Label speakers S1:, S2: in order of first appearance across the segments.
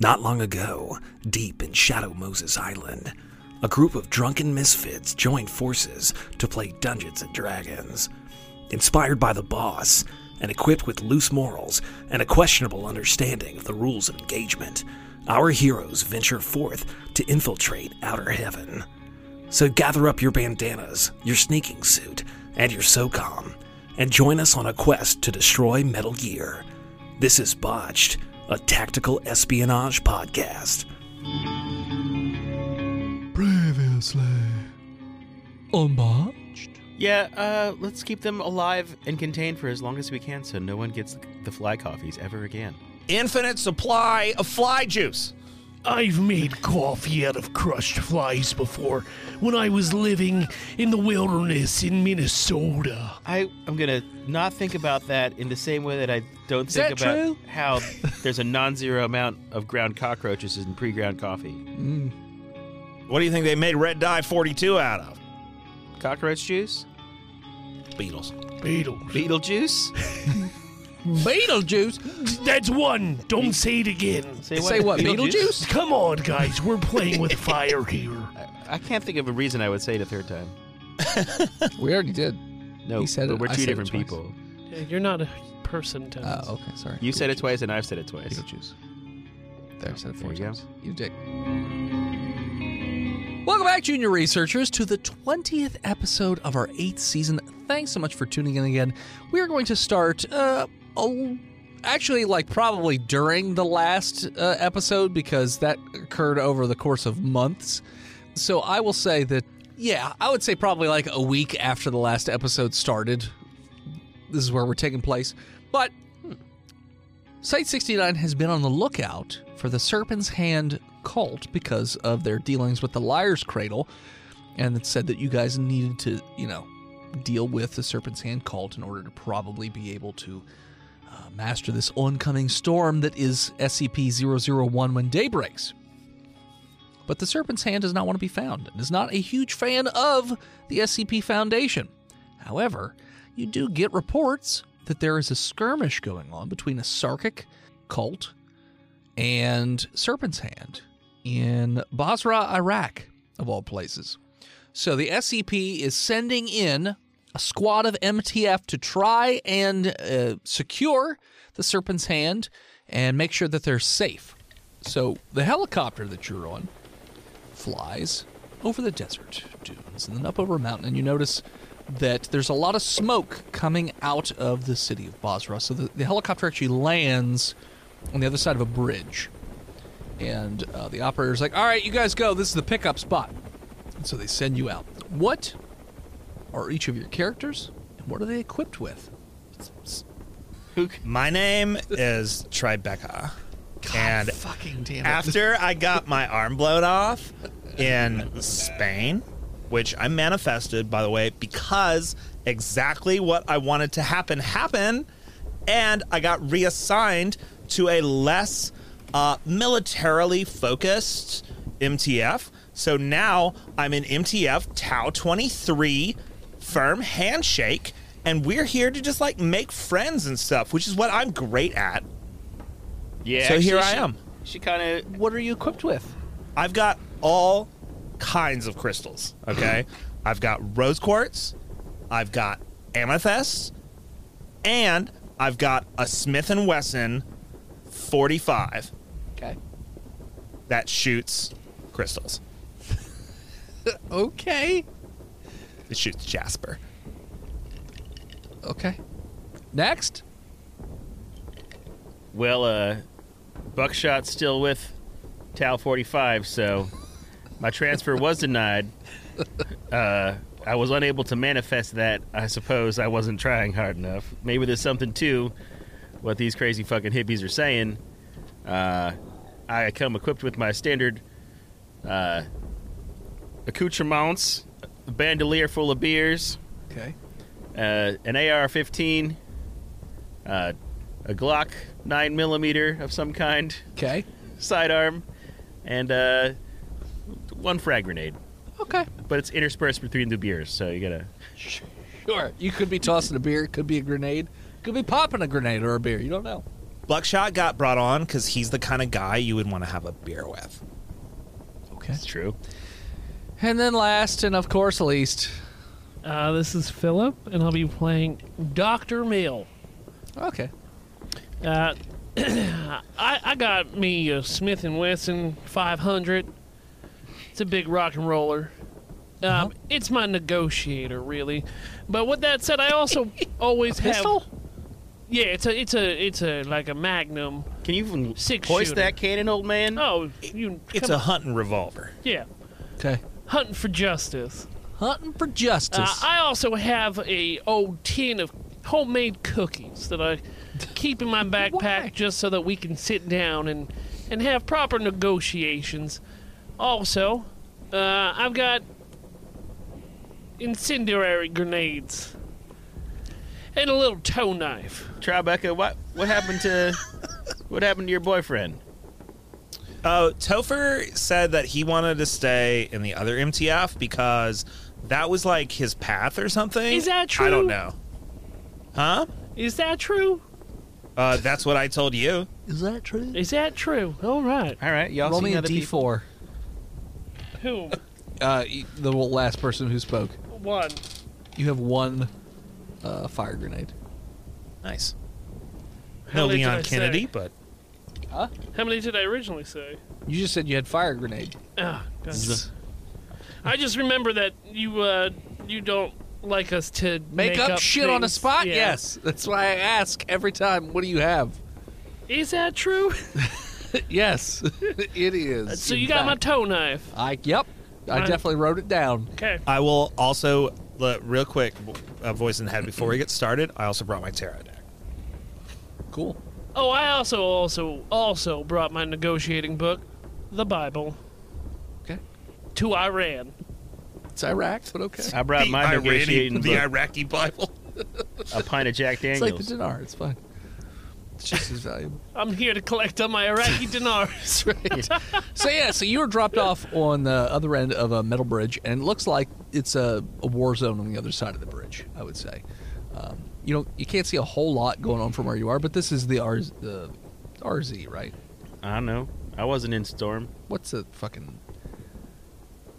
S1: Not long ago, deep in Shadow Moses Island, a group of drunken misfits joined forces to play Dungeons and Dragons. Inspired by the boss, and equipped with loose morals and a questionable understanding of the rules of engagement, our heroes venture forth to infiltrate Outer Heaven. So gather up your bandanas, your sneaking suit, and your SOCOM, and join us on a quest to destroy Metal Gear. This is Botched, a tactical espionage podcast.
S2: Previously unbotched.
S3: Yeah, uh, let's keep them alive and contained for as long as we can so no one gets the fly coffees ever again.
S4: Infinite supply of fly juice.
S5: I've made coffee out of crushed flies before when I was living in the wilderness in Minnesota.
S3: I, I'm going to not think about that in the same way that I don't
S4: Is
S3: think
S4: that
S3: about
S4: true?
S3: how there's a non zero amount of ground cockroaches in pre ground coffee.
S4: What do you think they made red dye 42 out of?
S3: Cockroach juice?
S4: Beetles.
S5: Beetles.
S3: Beetle juice?
S2: Beetlejuice?
S5: That's one. Don't say it again.
S2: Say what, Beetlejuice?
S5: Come on, guys. We're playing with fire here.
S3: I can't think of a reason I would say it a third time.
S2: We already did.
S3: No,
S2: He said
S3: but
S2: it-
S3: we're
S2: I
S3: two
S2: said it
S3: different
S2: twice.
S3: people.
S5: You're not a person,
S2: Oh, okay, sorry.
S3: You said it twice and I've said it twice.
S2: Beetlejuice. There, I said it
S3: There
S2: four
S3: you go.
S2: times. You dick. Welcome back, junior researchers, to the 20th episode of our eighth season. Thanks so much for tuning in again. We are going to start, uh, oh, actually, like probably during the last uh, episode because that occurred over the course of months. So I will say that, yeah, I would say probably like a week after the last episode started. This is where we're taking place. But Site 69 has been on the lookout for the Serpent's Hand cult because of their dealings with the Liar's Cradle, and it said that you guys needed to, you know, deal with the Serpent's Hand cult in order to probably be able to uh, master this oncoming storm that is SCP 001 when day breaks. But the Serpent's Hand does not want to be found and is not a huge fan of the SCP Foundation. However, you do get reports that there is a skirmish going on between a Sarkic cult and Serpent's Hand in Basra, Iraq, of all places. So the SCP is sending in a squad of MTF to try and uh, secure the Serpent's Hand and make sure that they're safe. So the helicopter that you're on flies over the desert dunes and then up over a mountain, and you notice that there's a lot of smoke coming out of the city of Basra. So the, the helicopter actually lands on the other side of a bridge. And uh, the operator's like, all right, you guys go. This is the pickup spot. And so they send you out. What are each of your characters, and what are they equipped with?
S4: My name is Tribeca. and
S2: Fucking damn it.
S4: after I got my arm blown off in Spain, which I manifested, by the way, because exactly what I wanted to happen happened, and I got reassigned to a less uh, militarily focused MTF. So now I'm in MTF Tau 23 firm handshake, and we're here to just like make friends and stuff, which is what I'm great at.
S3: Yeah.
S4: So here
S3: actually,
S4: I am.
S3: She, she kind of.
S2: what are you equipped with?
S4: I've got all kinds of crystals. Okay, I've got rose quartz, I've got amethyst, and I've got a Smith and Wesson 45
S2: Okay.
S4: that shoots crystals.
S2: Okay.
S4: It shoots jasper.
S2: Okay. Next.
S3: Well, uh, Buckshot's still with Tal 45, so my transfer was denied. Uh, I was unable to manifest that. I suppose I wasn't trying hard enough. Maybe there's something to what these crazy fucking hippies are saying. Uh, I come equipped with my standard uh, accoutrements, a bandolier full of beers,
S2: Okay.
S3: uh, an AR-15, uh, a Glock 9 millimeter of some kind,
S2: Okay.
S3: sidearm, and uh, one frag grenade.
S2: Okay.
S3: But it's interspersed between the beers, so you gotta.
S2: Sure. You could be tossing a beer, could be a grenade, could be popping a grenade or a beer. You don't know.
S4: Buckshot got brought on because he's the kind of guy you would want to have a beer with.
S2: Okay.
S3: It's true.
S2: And then last, and of course least.
S5: Uh, this is Philip, and I'll be playing Doctor Mill.
S2: Okay.
S5: Uh, I, I got me a Smith and Wesson 500. It's a big rock and roller. Um,
S4: Uh-huh.
S5: It's my negotiator, really. But with that said, I also always have.
S2: Pistol?
S5: Yeah, it's a, it's a, it's a like a Magnum.
S3: Can you even
S5: Six
S3: hoist
S5: shooter.
S3: that cannon, old man?
S5: Oh, you.
S4: It's
S5: come
S4: a hunting revolver.
S5: on. yeah,
S2: Okay.
S5: hunting for justice.
S2: Hunting for justice.
S5: Uh, I also have a old tin of homemade cookies that I keep in my
S2: Why?
S5: backpack just so that we can sit down and and have proper negotiations. Also, uh, I've got incendiary grenades and a little toe knife.
S3: Tribeca, what what happened to what happened to your boyfriend?
S4: Uh, Topher said that he wanted to stay in the other MTF because that was like his path or something.
S5: Is that
S4: I don't
S5: true?
S4: know. Huh?
S5: Is that true?
S4: Uh, that's what I told you.
S2: Is that true?
S5: Is that true? All right.
S3: All right, y'all
S2: Roll
S3: seen
S2: me a
S3: other people?
S2: d4.
S5: Who?
S2: Uh, y- the last person who spoke.
S5: One.
S2: You have one uh, fire grenade.
S4: Nice.
S5: How
S4: No
S5: many did
S4: Leon
S5: I say?
S4: Kennedy, but
S5: How many did I originally say?
S2: You just said you had fire grenade.
S5: Oh, gotcha. I just remember that you uh, you don't like us to
S2: Make, up, shit on the
S5: things.
S2: spot?
S5: Yeah.
S2: Yes. That's why I ask every time, what do you have?
S5: Is that true?
S2: yes. it is.
S5: so
S2: in
S5: you got my
S2: fact.
S5: toe knife.
S2: I yep. I
S5: Mine-
S2: definitely wrote it down.
S5: Okay.
S4: I will also, let, real quick, uh, voice in the head before we get started, I also brought my tarot deck.
S2: Cool.
S5: Oh, I also also also brought my negotiating book, the Bible,
S2: Okay.
S5: to Iran.
S2: It's Iraq, but okay.
S3: I brought
S4: The
S3: my
S4: Irani-
S3: negotiating
S4: the
S3: book,
S4: Iraqi Bible.
S3: a pint of Jack
S2: It's
S3: Daniels.
S2: like the dinar. It's fine. It's just as valuable.
S5: I'm here to collect on my Iraqi dinars.
S2: right. so yeah, so you were dropped off on the other end of a metal bridge, and it looks like it's a, a war zone on the other side of the bridge. I would say, um, you know, you can't see a whole lot going on from where you are, but this is the R the RZ, right?
S3: I don't know. I wasn't in storm.
S2: What's the fucking?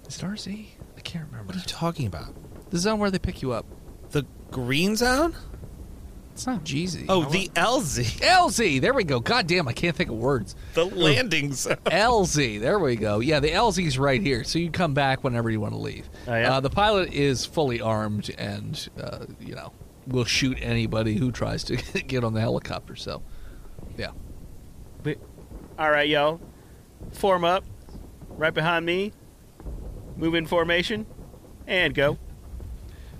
S2: Is it RZ? I can't remember.
S4: What are you talking about?
S2: The zone where they pick you up.
S4: The green zone?
S2: It's not GZ.
S4: Oh, the LZ.
S2: LZ. There we go. God damn, I can't think of words.
S4: The landing zone.
S2: LZ. There we go. Yeah, the LZ's right here. So you come back whenever you want to leave.
S3: Oh, yeah?
S2: uh, the pilot is fully armed and, uh, you know, will shoot anybody who tries to get on the helicopter. So, yeah.
S3: But, all right, y'all, form up, right behind me. Move in formation, and go.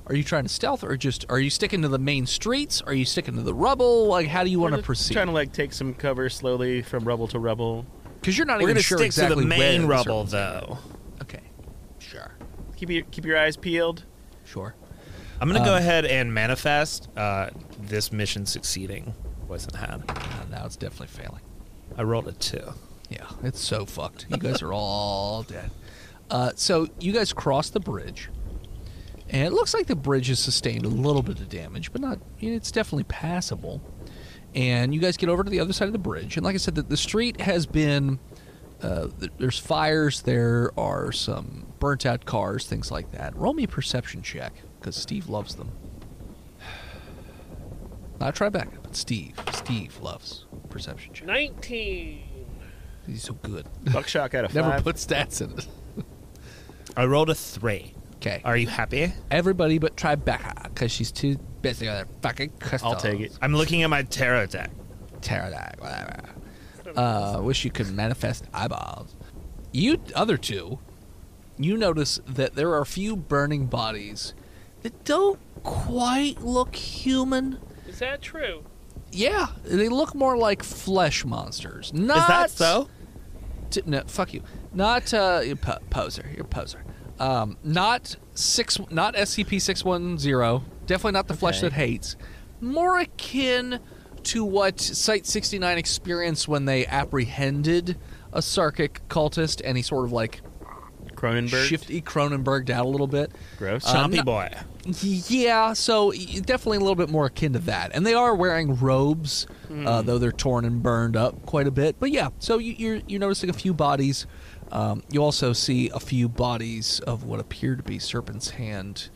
S2: Are you trying to stealth or just are you sticking to the main streets? Are you sticking to the rubble? Like, how do you want
S3: We're
S2: to
S3: just
S2: proceed?
S3: Trying to like take some cover slowly from rubble to rubble.
S2: Because you're not
S4: We're
S2: even
S4: going to
S2: sure
S4: stick
S2: exactly
S4: to the
S2: where
S4: main
S2: this
S4: rubble,
S2: urban's-
S4: though.
S2: Okay. Sure.
S3: Keep your keep your eyes peeled.
S2: Sure.
S4: I'm going to go ahead and manifest uh, this mission succeeding. Wasn't had.
S2: Uh, now it's definitely failing.
S4: I rolled a two.
S2: Yeah, it's so fucked. You guys are all dead. Uh, so you guys cross the bridge, and it looks like the bridge has sustained a little bit of damage, but not. It's definitely passable. And you guys get over to the other side of the bridge, and like I said, the, the street has been. Uh, th- there's fires. There are some burnt out cars, things like that. Roll me a perception check because Steve loves them. Not Tribeca, but Steve. Steve loves perception check.
S5: Nineteen.
S2: He's so good.
S3: Buckshot got a
S2: Never
S3: five.
S2: put stats in it.
S4: I rolled a three.
S2: Okay.
S4: Are you happy?
S2: Everybody but Tribeca, because she's too busy with her fucking crystals.
S3: I'll take it.
S4: I'm looking at my tarot deck.
S2: Pterodactyl, whatever. Uh, wish you could manifest eyeballs. You other two, you notice that there are a few burning bodies that don't quite look human.
S5: Is that true?
S2: Yeah, they look more like flesh monsters. Not
S4: Is that so?
S2: T- no, fuck you. Not uh, you po- poser. You're a poser. Um, not six. Not SCP six one zero. Definitely not the flesh
S3: Okay.
S2: that hates. More akin to what Site sixty nine experienced when they apprehended a Sarkic cultist, and he sort of like
S3: Cronenberg.
S2: shifty Cronenberg down a little bit.
S3: Gross.
S4: Chompy
S2: no-
S4: boy.
S2: Yeah, so y- definitely a little bit more akin to that. And they are wearing robes, uh, though they're torn and burned up quite a bit. But yeah, so you, you're you're noticing a few bodies. Um, you also see a few bodies of what appear to be Serpent's Hand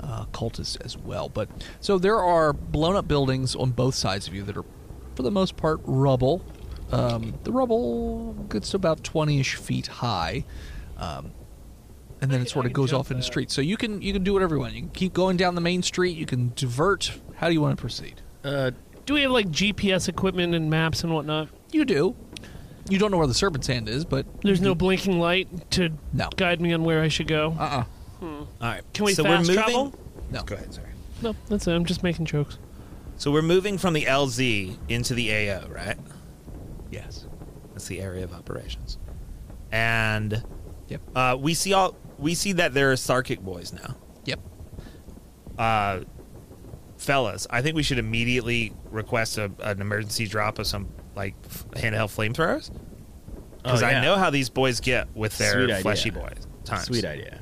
S2: uh, cultists as well. But so there are blown up buildings on both sides of you that are, for the most part, rubble. Um, the rubble gets about twenty-ish feet high and then it sort of goes off in the street. So you can you can do whatever you want. You can keep going down the main street. You can divert. How do you want to proceed?
S3: Uh,
S5: Do we have like GPS equipment and maps and whatnot?
S2: You do. You don't know where the serpent's hand is, but
S5: There's no blinking light to
S2: No.
S5: guide me on where I should go.
S2: uh uh
S4: All right.
S5: Can we
S4: so
S5: fast
S4: we're moving,
S5: travel?
S2: no.
S4: Go ahead, sorry.
S5: No, that's it. I'm just making jokes.
S4: So we're moving from the LZ into the AO, right?
S2: Yes.
S4: That's the area of operations. And
S2: Yep.
S4: uh, we see all we see that there are Sarkic boys now.
S2: Yep.
S4: Uh, fellas, I think we should immediately request a, an emergency drop of some like f- handheld flamethrowers because
S3: Oh,
S4: I
S3: yeah.
S4: know how these boys get with their
S3: Sweet idea.
S4: fleshy boys. Times.
S3: sweet idea.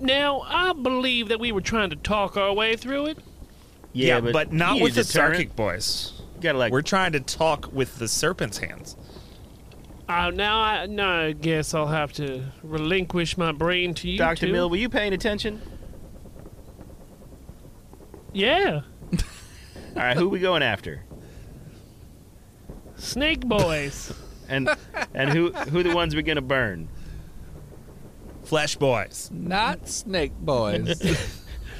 S5: Now, I believe that we were trying to talk our way through it.
S4: Yeah, but, not
S3: you
S4: with the
S3: need a deterrent.
S4: Sarkic boys.
S3: You gotta like
S4: We're trying to talk with the serpent's hands.
S5: Uh, now, I, now I guess I'll have to relinquish my brain to you.
S3: Doctor
S5: two.
S3: Mill. Were you paying attention?
S5: Yeah.
S3: All right, who we going after?
S5: Snake boys.
S3: And and who who the ones we're gonna burn?
S4: Flesh boys.
S2: Not snake boys.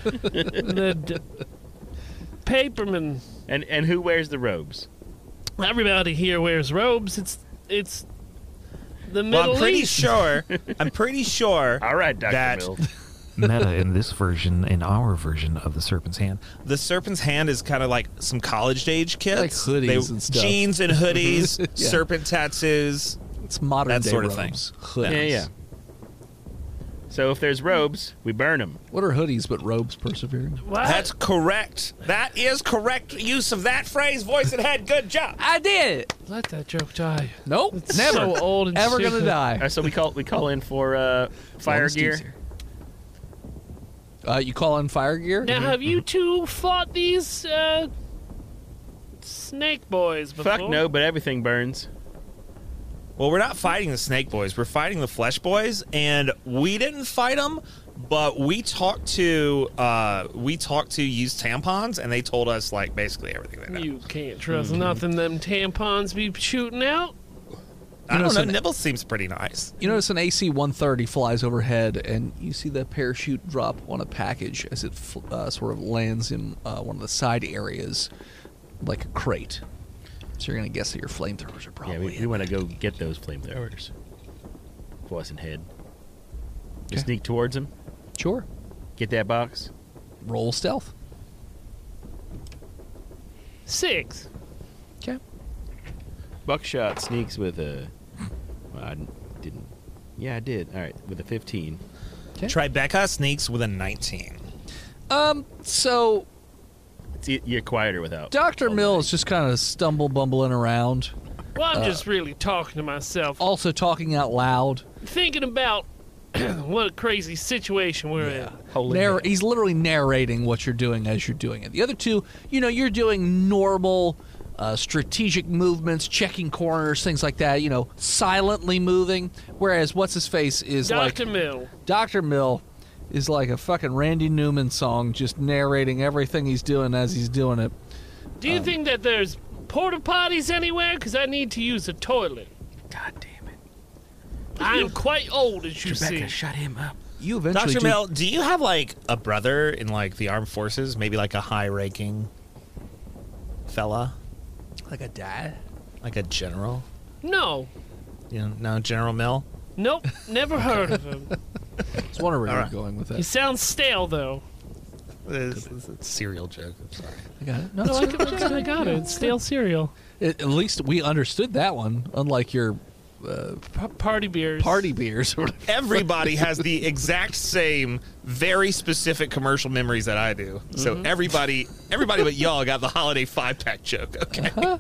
S5: the d- paperman.
S3: And and who wears the robes?
S5: Everybody here wears robes. It's it's the Middle
S4: well, I'm pretty
S5: East.
S4: sure. I'm pretty sure.
S3: All right, Doctor
S4: That-
S3: Mill.
S6: Meta in this version, in our version of the Serpent's Hand,
S4: the serpent's hand is kind of like some college age kids,
S2: Like hoodies and stuff.
S4: jeans and hoodies,
S2: Yeah.
S4: serpent tattoos.
S2: it's modern
S4: That
S2: day
S4: sort of thing.
S2: robes.
S3: Yeah,
S2: Hoodies.
S3: yeah. So if there's robes, we burn them.
S2: What are hoodies but robes persevering?
S5: What?
S4: That's correct. That is correct use of that phrase. Voice and head. Good job.
S2: I did it.
S5: Let that joke die.
S2: Nope.
S5: It's
S2: never
S5: so old and
S2: ever
S5: stupid.
S2: gonna die.
S3: Uh, so we call we call in for uh, fire
S2: Longest
S3: gear.
S2: dudes here. Uh, you call in fire gear?
S5: Now, have you two fought these uh, snake boys before?
S3: Fuck no, but everything burns.
S4: Well, we're not fighting the snake boys. We're fighting the flesh boys, and we didn't fight them, but we talked to uh, we talked to use tampons, and they told us like basically everything they know.
S5: You can't trust nothing them tampons be shooting out.
S4: I
S2: know,
S4: don't know.
S2: so-
S4: Nibbles seems pretty nice.
S2: You notice an AC 130 flies overhead, and you see the parachute drop on a package as it fl- uh, sort of lands in uh, one of the side areas, like a crate. So you're gonna guess that your flamethrowers are probably.
S3: Yeah, we,
S2: in.
S3: we want to go get those flamethrowers. Voice and head. You
S2: Okay.
S3: sneak towards him.
S2: Sure.
S3: Get that box.
S2: Roll stealth.
S5: Six.
S2: Okay.
S3: Buckshot sneaks with a. Well, I didn't. Yeah, I did. All right, with a 15.
S4: Tribeca sneaks with a nineteen.
S2: Um. So
S3: It's, e- you're quieter without.
S2: Doctor
S3: all
S2: Mill
S3: that.
S2: is just kind of stumble bumbling around,
S5: Well,
S3: Uh,
S5: I'm just really talking to myself,
S3: oh.
S2: also talking out loud.
S5: thinking about what a crazy situation we're in.
S3: Holy
S2: Narr-
S3: hell.
S2: he's literally narrating what you're doing as you're doing it. The other two, you know, you're doing normal uh, strategic movements, checking corners, things like that. You know, silently moving. Whereas what's his face is
S5: Doctor
S2: like
S5: Mill.
S2: Doctor Mill is like a fucking Randy Newman song, just narrating everything he's doing as he's doing it.
S5: Do
S3: um,
S5: you think that there's porta potties anywhere? Because I need to use a toilet.
S3: God damn it.
S5: I'm quite old, as you
S3: Rebecca,
S5: see.
S3: shut him up.
S2: You eventually,
S4: Doctor
S2: do-
S4: Mill, do you have like a brother in like the armed forces? Maybe like a high-ranking fella,
S2: like a dad.
S4: like a general?
S5: No.
S4: You know, no, General Mill.
S5: Nope. Never heard of him.
S2: I was wondering where you were going with
S5: He
S2: that.
S5: sounds stale, though.
S4: It's, it's a serial joke. I'm sorry.
S2: I got it. No,
S5: No,
S2: it's
S5: I, can, I got it. It's stale cereal.
S2: At at least we understood that one. Unlike your
S5: P- party beers.
S2: party beers or whatever.
S4: Everybody has the exact same, very specific commercial memories that I
S5: Mm-hmm.
S4: Oh. do. So everybody, everybody but y'all got the holiday five-pack joke. Okay.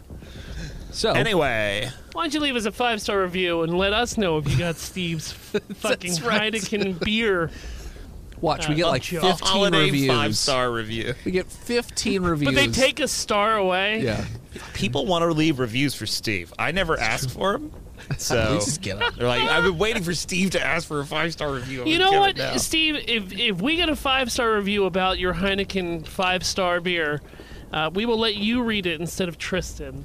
S2: So
S4: Anyway,
S5: Why don't you leave us a five star review and let us know if you got Steve's fucking
S2: right.
S5: Heineken beer?
S2: watch,
S4: uh,
S2: we get like
S5: Joe.
S2: 15
S4: holiday
S2: reviews.
S4: five star review.
S2: We get 15 reviews.
S5: But they take a star away.
S2: Yeah.
S4: People want to leave reviews for Steve. I never asked for them, so
S2: Please just get up.
S4: they're like, I've been waiting for Steve to ask for a five star review. I'm
S5: You
S4: gonna
S5: know
S4: give
S5: what,
S4: it now.
S5: Steve? If if we get a five star review about your Heineken five star beer, uh, we will let you read it instead of Tristan.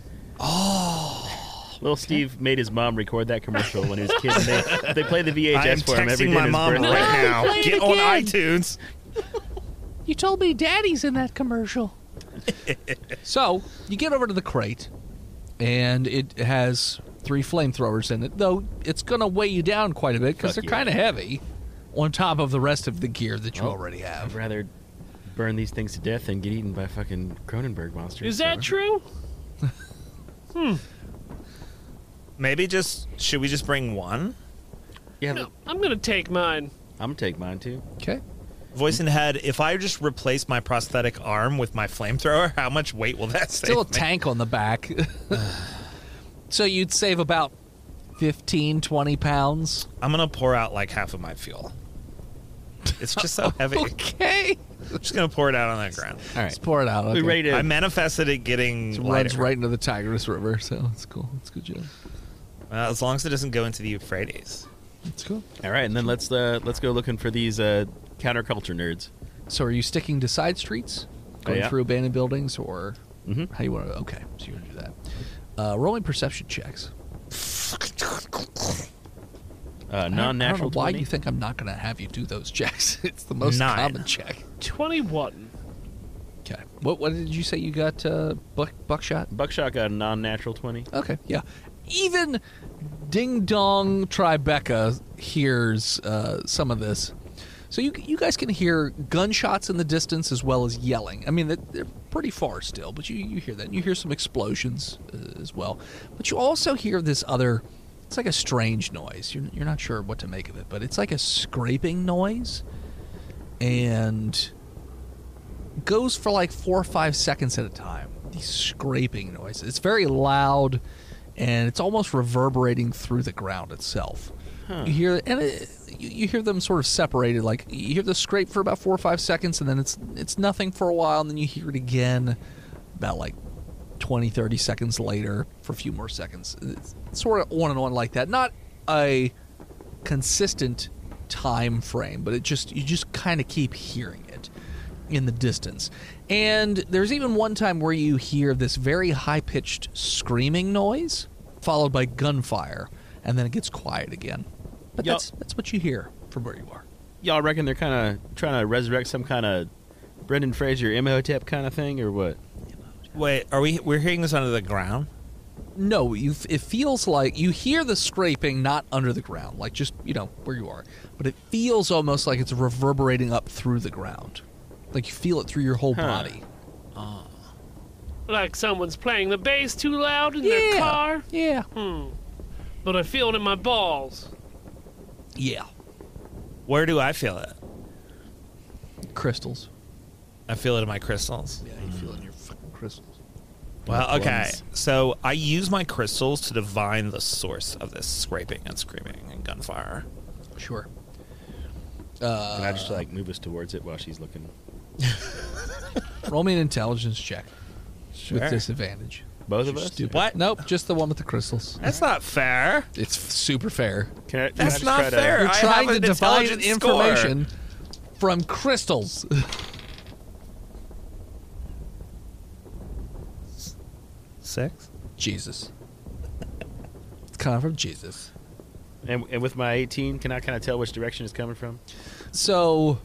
S3: Little Steve made his mom record that commercial when he was a kid. and They, they play the
S4: I am
S3: VHS for him every
S4: texting
S3: day.
S4: my
S3: in his
S4: mom right
S3: birthday.
S4: now. Get on iTunes.
S2: You told me daddy's in that commercial. so you get over to the crate, and it has three flamethrowers in it, though it's going to weigh you down quite a bit because they're
S3: Fuck yeah.
S2: kind of heavy on top of the rest of the gear that you already have.
S3: I'd rather burn these things to death than get eaten by fucking Cronenberg monsters.
S5: Is that
S3: so.
S5: true?
S4: Maybe just should we just bring one?
S3: Yeah,
S5: No, I'm gonna take mine.
S3: I'm gonna take mine too.
S2: Okay.
S4: Voice in head. If I just replace my prosthetic arm with my flamethrower, how much weight will that save?
S2: Still a
S4: me?
S2: tank on the back. so you'd save about 15, 20 pounds.
S4: I'm gonna pour out like half of my fuel. It's just so heavy.
S2: Oh, Okay.
S4: I'm just gonna pour it out on the ground.
S2: All right. Let's pour it out.
S3: We
S2: okay.
S3: ready to?
S4: I manifested it getting
S2: It runs
S4: lighter.
S2: right into the Tigris River, so it's cool. It's good job.
S4: Uh, as long as it doesn't go into the Euphrates.
S2: It's cool.
S3: All right, and then let's uh, let's go looking for these uh, counterculture nerds.
S2: So are you sticking to side streets, going
S3: yeah.
S2: through abandoned buildings, or
S3: Mhm.
S2: how you want to? Okay, so you're gonna do that. Uh, rolling perception checks.
S3: Uh,
S2: I don't-
S3: non-natural.
S2: I don't know why
S3: 20.
S2: you think I'm not gonna have you do those checks. It's the most
S4: Nine.
S2: common check.
S5: Twenty one.
S2: Okay. What What did you say you got? Uh, buck buckshot.
S3: Buckshot got a non-natural twenty.
S2: Okay. Yeah. Even Ding Dong Tribeca hears uh, some of this. So you you guys can hear gunshots in the distance as well as yelling. I mean, they're, they're pretty far still, but you, you hear that. And you hear some explosions uh, as well. But you also hear this other. It's like a strange noise. You're, you're not sure what to make of it, but it's like a scraping noise, and goes for like four or five seconds at a time. These scraping noises. It's very loud, and it's almost reverberating through the ground itself. You hear and it, you, you hear them sort of separated. Like you hear the scrape for about four or five seconds, and then it's it's nothing for a while, and then you hear it again about like 20, 30 seconds later for a few more seconds. It's sort of on and on like that. Not a consistent time frame, but it just you just kind of keep hearing it in the distance. And there's even one time where you hear this very high-pitched screaming noise followed by gunfire and then it gets quiet again. But
S3: Yup.
S2: that's that's what you hear from where you are.
S3: Y'all reckon they're kind of trying to resurrect some kind of Brendan Fraser Imhotep kind of thing, or what?
S4: Wait, are we? We're hearing this under the ground.
S2: No, you. f- It feels like you hear the scraping, not under the ground, like just you know where you are, but it feels almost like it's reverberating up through the ground, like you feel it through your whole
S3: Huh.
S2: body.
S5: Like someone's playing the bass too loud in
S2: yeah.
S5: their car.
S2: Yeah.
S5: But I feel it in my balls.
S2: Yeah.
S4: Where do I feel it?
S2: Crystals.
S4: I feel it in my crystals.
S2: Yeah, you feel it in your fucking crystals.
S4: Well,
S3: Like
S4: okay.
S3: ones.
S4: So I use my crystals to divine the source of this scraping and screaming and gunfire.
S2: Sure.
S3: Can I just like move us towards it while she's looking?
S2: Roll me an intelligence check
S4: Sure.
S2: with disadvantage.
S3: Both
S2: You're
S3: of us.
S2: Stupid.
S4: What?
S2: Nope, just the one with the crystals.
S4: That's not fair.
S2: It's f- super fair.
S3: Can I, can I
S4: That's
S3: just
S4: not
S3: try to-
S4: fair.
S2: You're
S4: I
S2: trying
S4: have
S2: to
S4: an
S2: divide
S4: intelligence
S2: information from crystals.
S4: Six.
S2: Jesus. It's coming from Jesus.
S3: and, and with my 18, can I kind of tell which direction it's coming from?
S2: So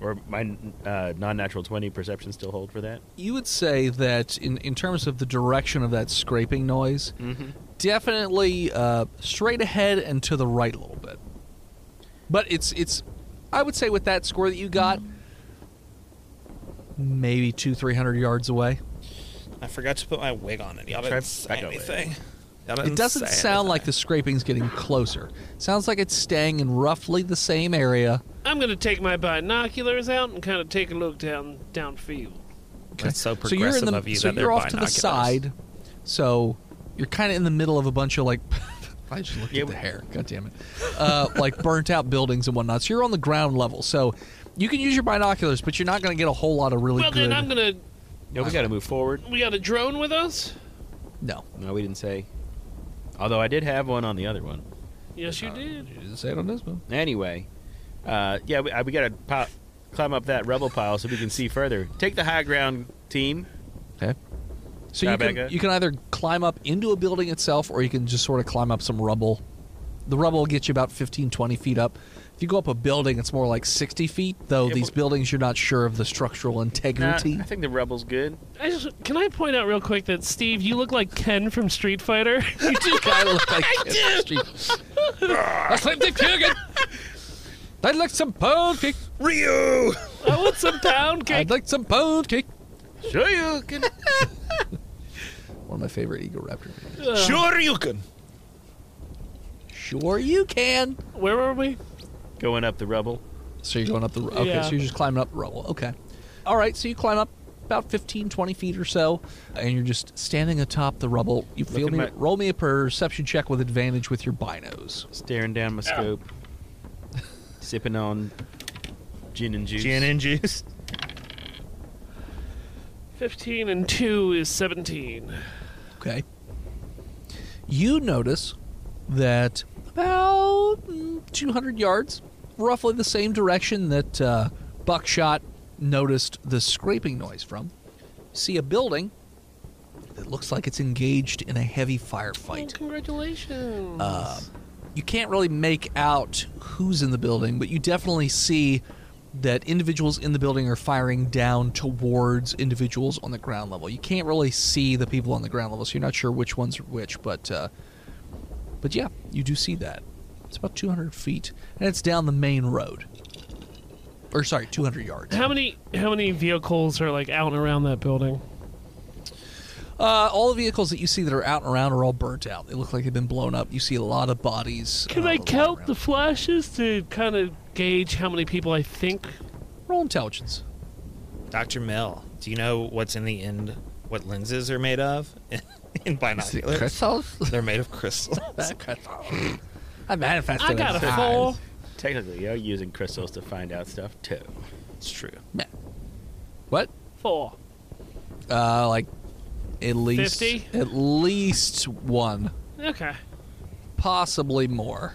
S3: Or my uh, non-natural 20 perception still hold for that?
S2: you would say that in, in terms of the direction of that scraping noise, definitely uh, straight ahead and to the right a little bit. But it's it's I would say with that score that you got, maybe two three hundred yards away.
S4: I forgot to put my wig on, and y'all
S3: Try
S4: didn't say
S3: back away.
S4: anything. Y'all
S2: It
S4: didn't
S2: doesn't
S4: say
S2: sound
S4: anything.
S2: like the scraping's getting closer. Sounds like it's staying in roughly the same area.
S5: I'm gonna take my binoculars out and kind of take a look down downfield.
S4: That's so
S2: you're in
S4: progressive
S2: the-
S4: of you
S2: So
S4: that they're
S2: you're off to the
S4: binoculars.
S2: side. So you're kind of in the middle of a bunch of like. I just looked
S3: Yeah,
S2: at the
S3: we-
S2: hair. God damn it. Uh, like burnt out buildings and whatnot. So you're on the ground level. So you can use your binoculars, but you're not going to get a whole lot of really
S5: Well,
S2: good.
S5: then I'm gonna.
S7: No, we got to move forward.
S5: We got a drone with us.
S2: No.
S7: No, we didn't say.
S3: Although I did have one on the other one.
S5: Yes,
S4: Uh,
S5: you did.
S2: You didn't say it on this one.
S3: Anyway, uh, yeah, we, I- we gotta pop, climb up that rubble pile so we can see further. Take the high ground, team.
S2: Okay. So you can,
S3: Rebecca?
S2: you can either climb up into a building itself or you can just sort of climb up some rubble. The rubble will get you about 15, 20 feet up. If you go up a building, it's more like 60 feet, though
S3: Yeah,
S2: these
S3: but-
S2: buildings you're not sure of the structural
S3: Nah,
S2: integrity.
S3: I think the rubble's good.
S5: I just, can I point out real quick that Steve, you look like Ken from Street Fighter.
S2: you do kind of look like I do. I think they I'd like some pound cake.
S4: Ryu!
S5: I want some pound cake.
S2: I'd like some pound cake.
S3: Sure you can.
S2: One of my favorite Eagle Raptor. movies.
S5: Uh,
S4: Sure you can.
S2: Sure you can.
S5: Where were we?
S3: Going up the rubble.
S2: So you're going up the ru- okay.
S5: Yeah.
S2: So you're just climbing up the rubble. Okay. All right. So you climb up about 15, 20 feet or so, and you're just standing atop the rubble. You feel
S3: at
S2: me?
S3: my-
S2: roll me a perception check with advantage with your binos.
S3: Staring down my scope. Sipping on gin and juice.
S4: Gin and juice.
S5: 15 and 2 is 17.
S2: Okay. You notice that about mm, 200 yards, roughly the same direction that uh, Buckshot noticed the scraping noise from, see a building that looks like it's engaged in a heavy
S5: Oh,
S2: firefight.
S5: congratulations.
S2: You can't really make out who's in the building, but you definitely see that individuals in the building are firing down towards individuals on the ground level. You can't really see the people on the ground level, so you're not sure which ones are which. But uh, but yeah, you do see that. It's about 200 feet, and it's down the main road. Or sorry, 200 yards.
S5: how many how many vehicles are like out and around that building?
S2: Uh, all the vehicles that you see that are out and around are all burnt out. They look like they've been blown up. You see a lot of bodies.
S5: Can
S2: uh,
S5: I
S2: lying
S5: count
S2: around.
S5: the flashes to kind of gauge how many people I think?
S2: roll intelligence?
S4: Dr. Mill, do you know what's in the end, what lenses are made of in binoculars?
S2: Crystals.
S4: They're made of crystal.
S2: I manifested.
S5: I got a four.
S3: Technically, you're using crystals to find out stuff too.
S4: It's true.
S2: What?
S5: Four.
S2: Uh, like at least
S5: 50?
S2: at least one,
S5: Okay.
S2: possibly more.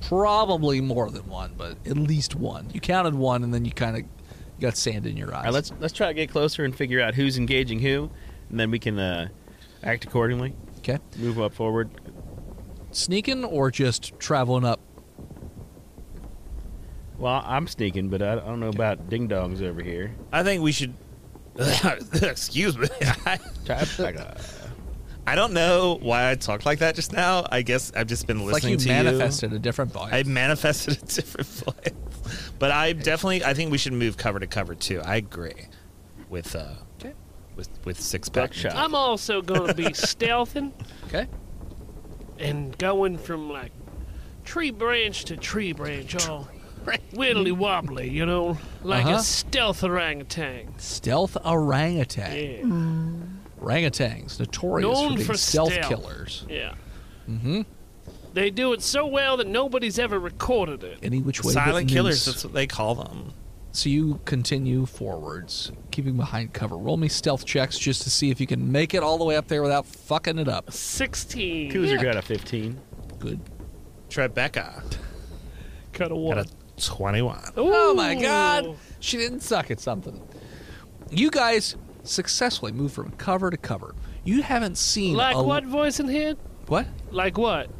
S2: Probably more than one, but at least one. You counted one, and then you kind of got sand in your eyes.
S3: All right, let's let's try to get closer and figure out who's engaging who, and then we can uh, act accordingly.
S2: okay.
S3: Move up forward.
S2: Sneaking or just traveling up?
S3: Well, I'm sneaking, but I I don't know about ding dongs over here.
S4: I think we should. Excuse me. I,
S3: Try- like, uh,
S4: I don't know why I talked like that just now. I guess I've just been
S2: It's like
S4: listening
S2: you
S4: to
S2: manifested a different voice.
S4: I manifested a different voice, but I definitely I think we should move cover to cover too. I agree with uh
S2: Okay.
S4: with with six pack.
S3: Buckshot.
S5: I'm also going to be stealthing
S2: okay.
S5: and going from like tree branch to tree branch, all widdly wobbly, you know, like
S2: Uh-huh.
S5: a stealth orangutan.
S2: Stealth orangutan.
S5: Yeah.
S2: Orangutans notorious
S5: Known
S2: for being
S5: for
S2: stealth,
S5: stealth.
S2: killers.
S5: Yeah. Mm-hmm. They do it so well that nobody's ever recorded it.
S2: Any which way. but
S4: Silent
S2: loose.
S4: killers. That's what they call them.
S2: So you continue forwards, keeping behind cover. Roll me stealth checks just to see if you can make it all the way up there without fucking it up.
S5: Sixteen.
S3: Cooser got a 15.
S2: Good.
S4: Tribeca
S5: Cut a
S4: at
S5: one.
S4: a twenty-one.
S2: Oh my
S5: Ooh.
S2: god! She didn't suck at something. You guys successfully move from cover to cover. You haven't seen
S5: Like
S2: a,
S5: what voice in here?
S2: What?
S5: Like what?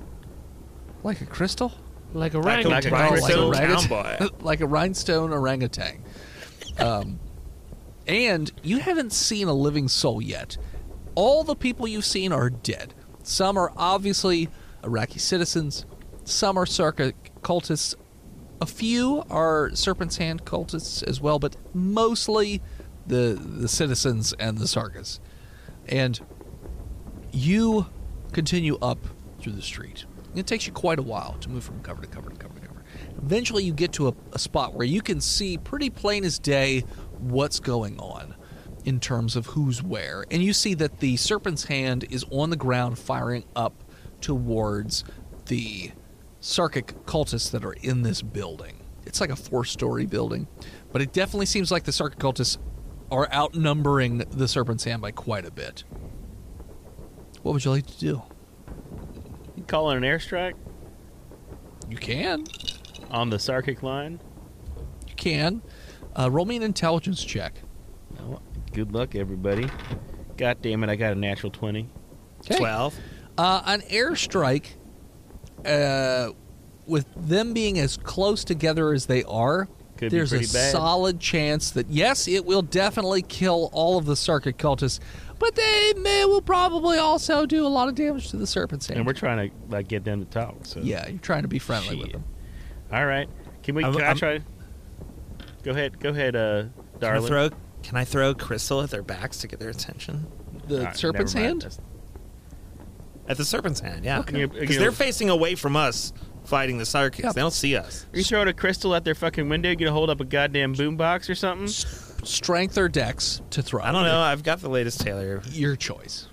S2: Like a crystal?
S5: Like a
S4: Like a-
S5: orangutan.
S4: Like
S2: Oh,
S4: crystal
S2: like, a
S4: town
S2: orangutan- like a rhinestone orangutan. Um, and you haven't seen a living soul yet. All the people you've seen are dead. Some are obviously Iraqi citizens. Some are Sarka cultists. A few are Serpent's Hand cultists as well, but mostly the the citizens and the Sarkas. And you continue up through the street. It takes you quite a while to move from cover to cover to cover to cover. Eventually, you get to a, a spot where you can see pretty plain as day what's going on. in terms of who's where. And you see that the serpent's hand is on the ground firing up towards the Sarkic cultists that are in this building. It's like a four story building, but it definitely seems like the Sarkic cultists are outnumbering the serpent's hand by quite a bit. What would you like to do?
S3: You call in an airstrike
S2: You can.
S3: on the Sarkic line.
S2: You can. Uh, roll me an intelligence check.
S3: Oh, good luck, everybody. God damn it, I got a natural 20.
S4: 12.
S2: Uh, an airstrike, uh, with them being as close together as they are,
S3: Could be
S2: there's a
S3: pretty bad.
S2: solid chance that yes, it will definitely kill all of the circuit cultists, but they may, will probably also do a lot of damage to the serpent's hand.
S3: And we're trying to like get them to talk. So
S2: yeah, you're trying to be friendly with
S3: Shit.
S2: them.
S3: All right. Can we?
S4: I'm-
S3: Can i
S4: I'm-
S3: try? Go ahead. Go ahead, uh,
S4: Can I,
S3: darling.
S4: throw, can I throw crystal at their backs to get their attention?
S2: The
S3: All right,
S2: serpent's
S3: never mind.
S2: hand.
S3: That's-
S4: At the serpent's hand, yeah.
S3: Okay. You-
S4: Because
S3: you-
S4: they're facing away from us fighting the Sarkics.
S2: Yeah.
S4: They don't see us.
S3: Are you throwing a crystal at their fucking window? You gonna hold up a goddamn boombox or something?
S2: Strength or dex to throw.
S4: I don't know. I've got the latest Taylor.
S2: Your choice.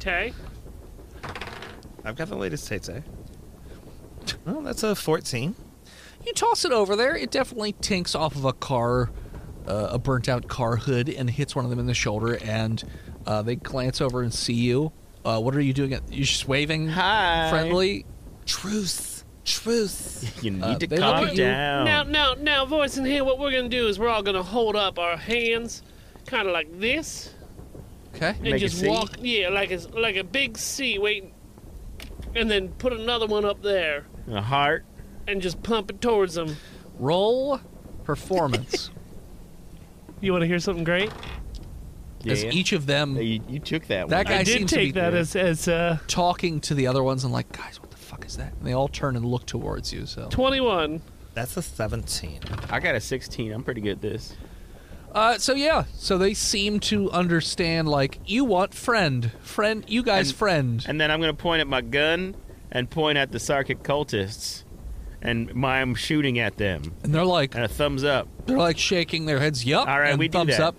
S5: Tay?
S4: I've got the latest Tay. Well, that's a 14.
S2: You toss it over there. It definitely tinks off of a car, uh, a burnt out car hood, and hits one of them in the shoulder. And uh, they glance over and see you. Uh, what are you doing? At, you're just waving,
S3: Hi.
S2: friendly.
S4: Truce. Truce.
S3: You need
S2: Uh,
S3: to
S2: they look
S3: calm
S2: at you.
S3: down.
S5: Now, now, now, voice in here, what we're going to do is we're all going to hold up our hands kind of like this
S2: Okay.
S5: and
S3: Make a
S5: just
S3: C?
S5: walk, yeah, like a, like a big C, wait, and then put another one up there
S3: And a heart.
S5: and just pump it towards them.
S2: Roll performance
S5: You want to hear something great?
S2: as each of them
S3: Hey, you, you took that,
S2: That
S3: one.
S2: guy-
S5: I did
S2: seems to be
S5: take that
S2: good.
S5: as, as uh,
S2: talking to the other ones and like, guys, what the fuck is that? And they all turn and look towards you. So,
S5: 21.
S4: That's a 17.
S3: I got a 16. I'm pretty good at this.
S2: uh, so yeah, so they seem to understand. Like, you want friend, friend, you guys,
S3: And-
S2: friend.
S3: And then I'm gonna point at my gun and point at the Sarkic cultists, and my, I'm shooting at them.
S2: And they're like,
S3: And a thumbs up.
S2: They're like shaking their heads. Yup.
S3: All right,
S2: and
S3: we do
S2: thumbs
S3: that.
S2: up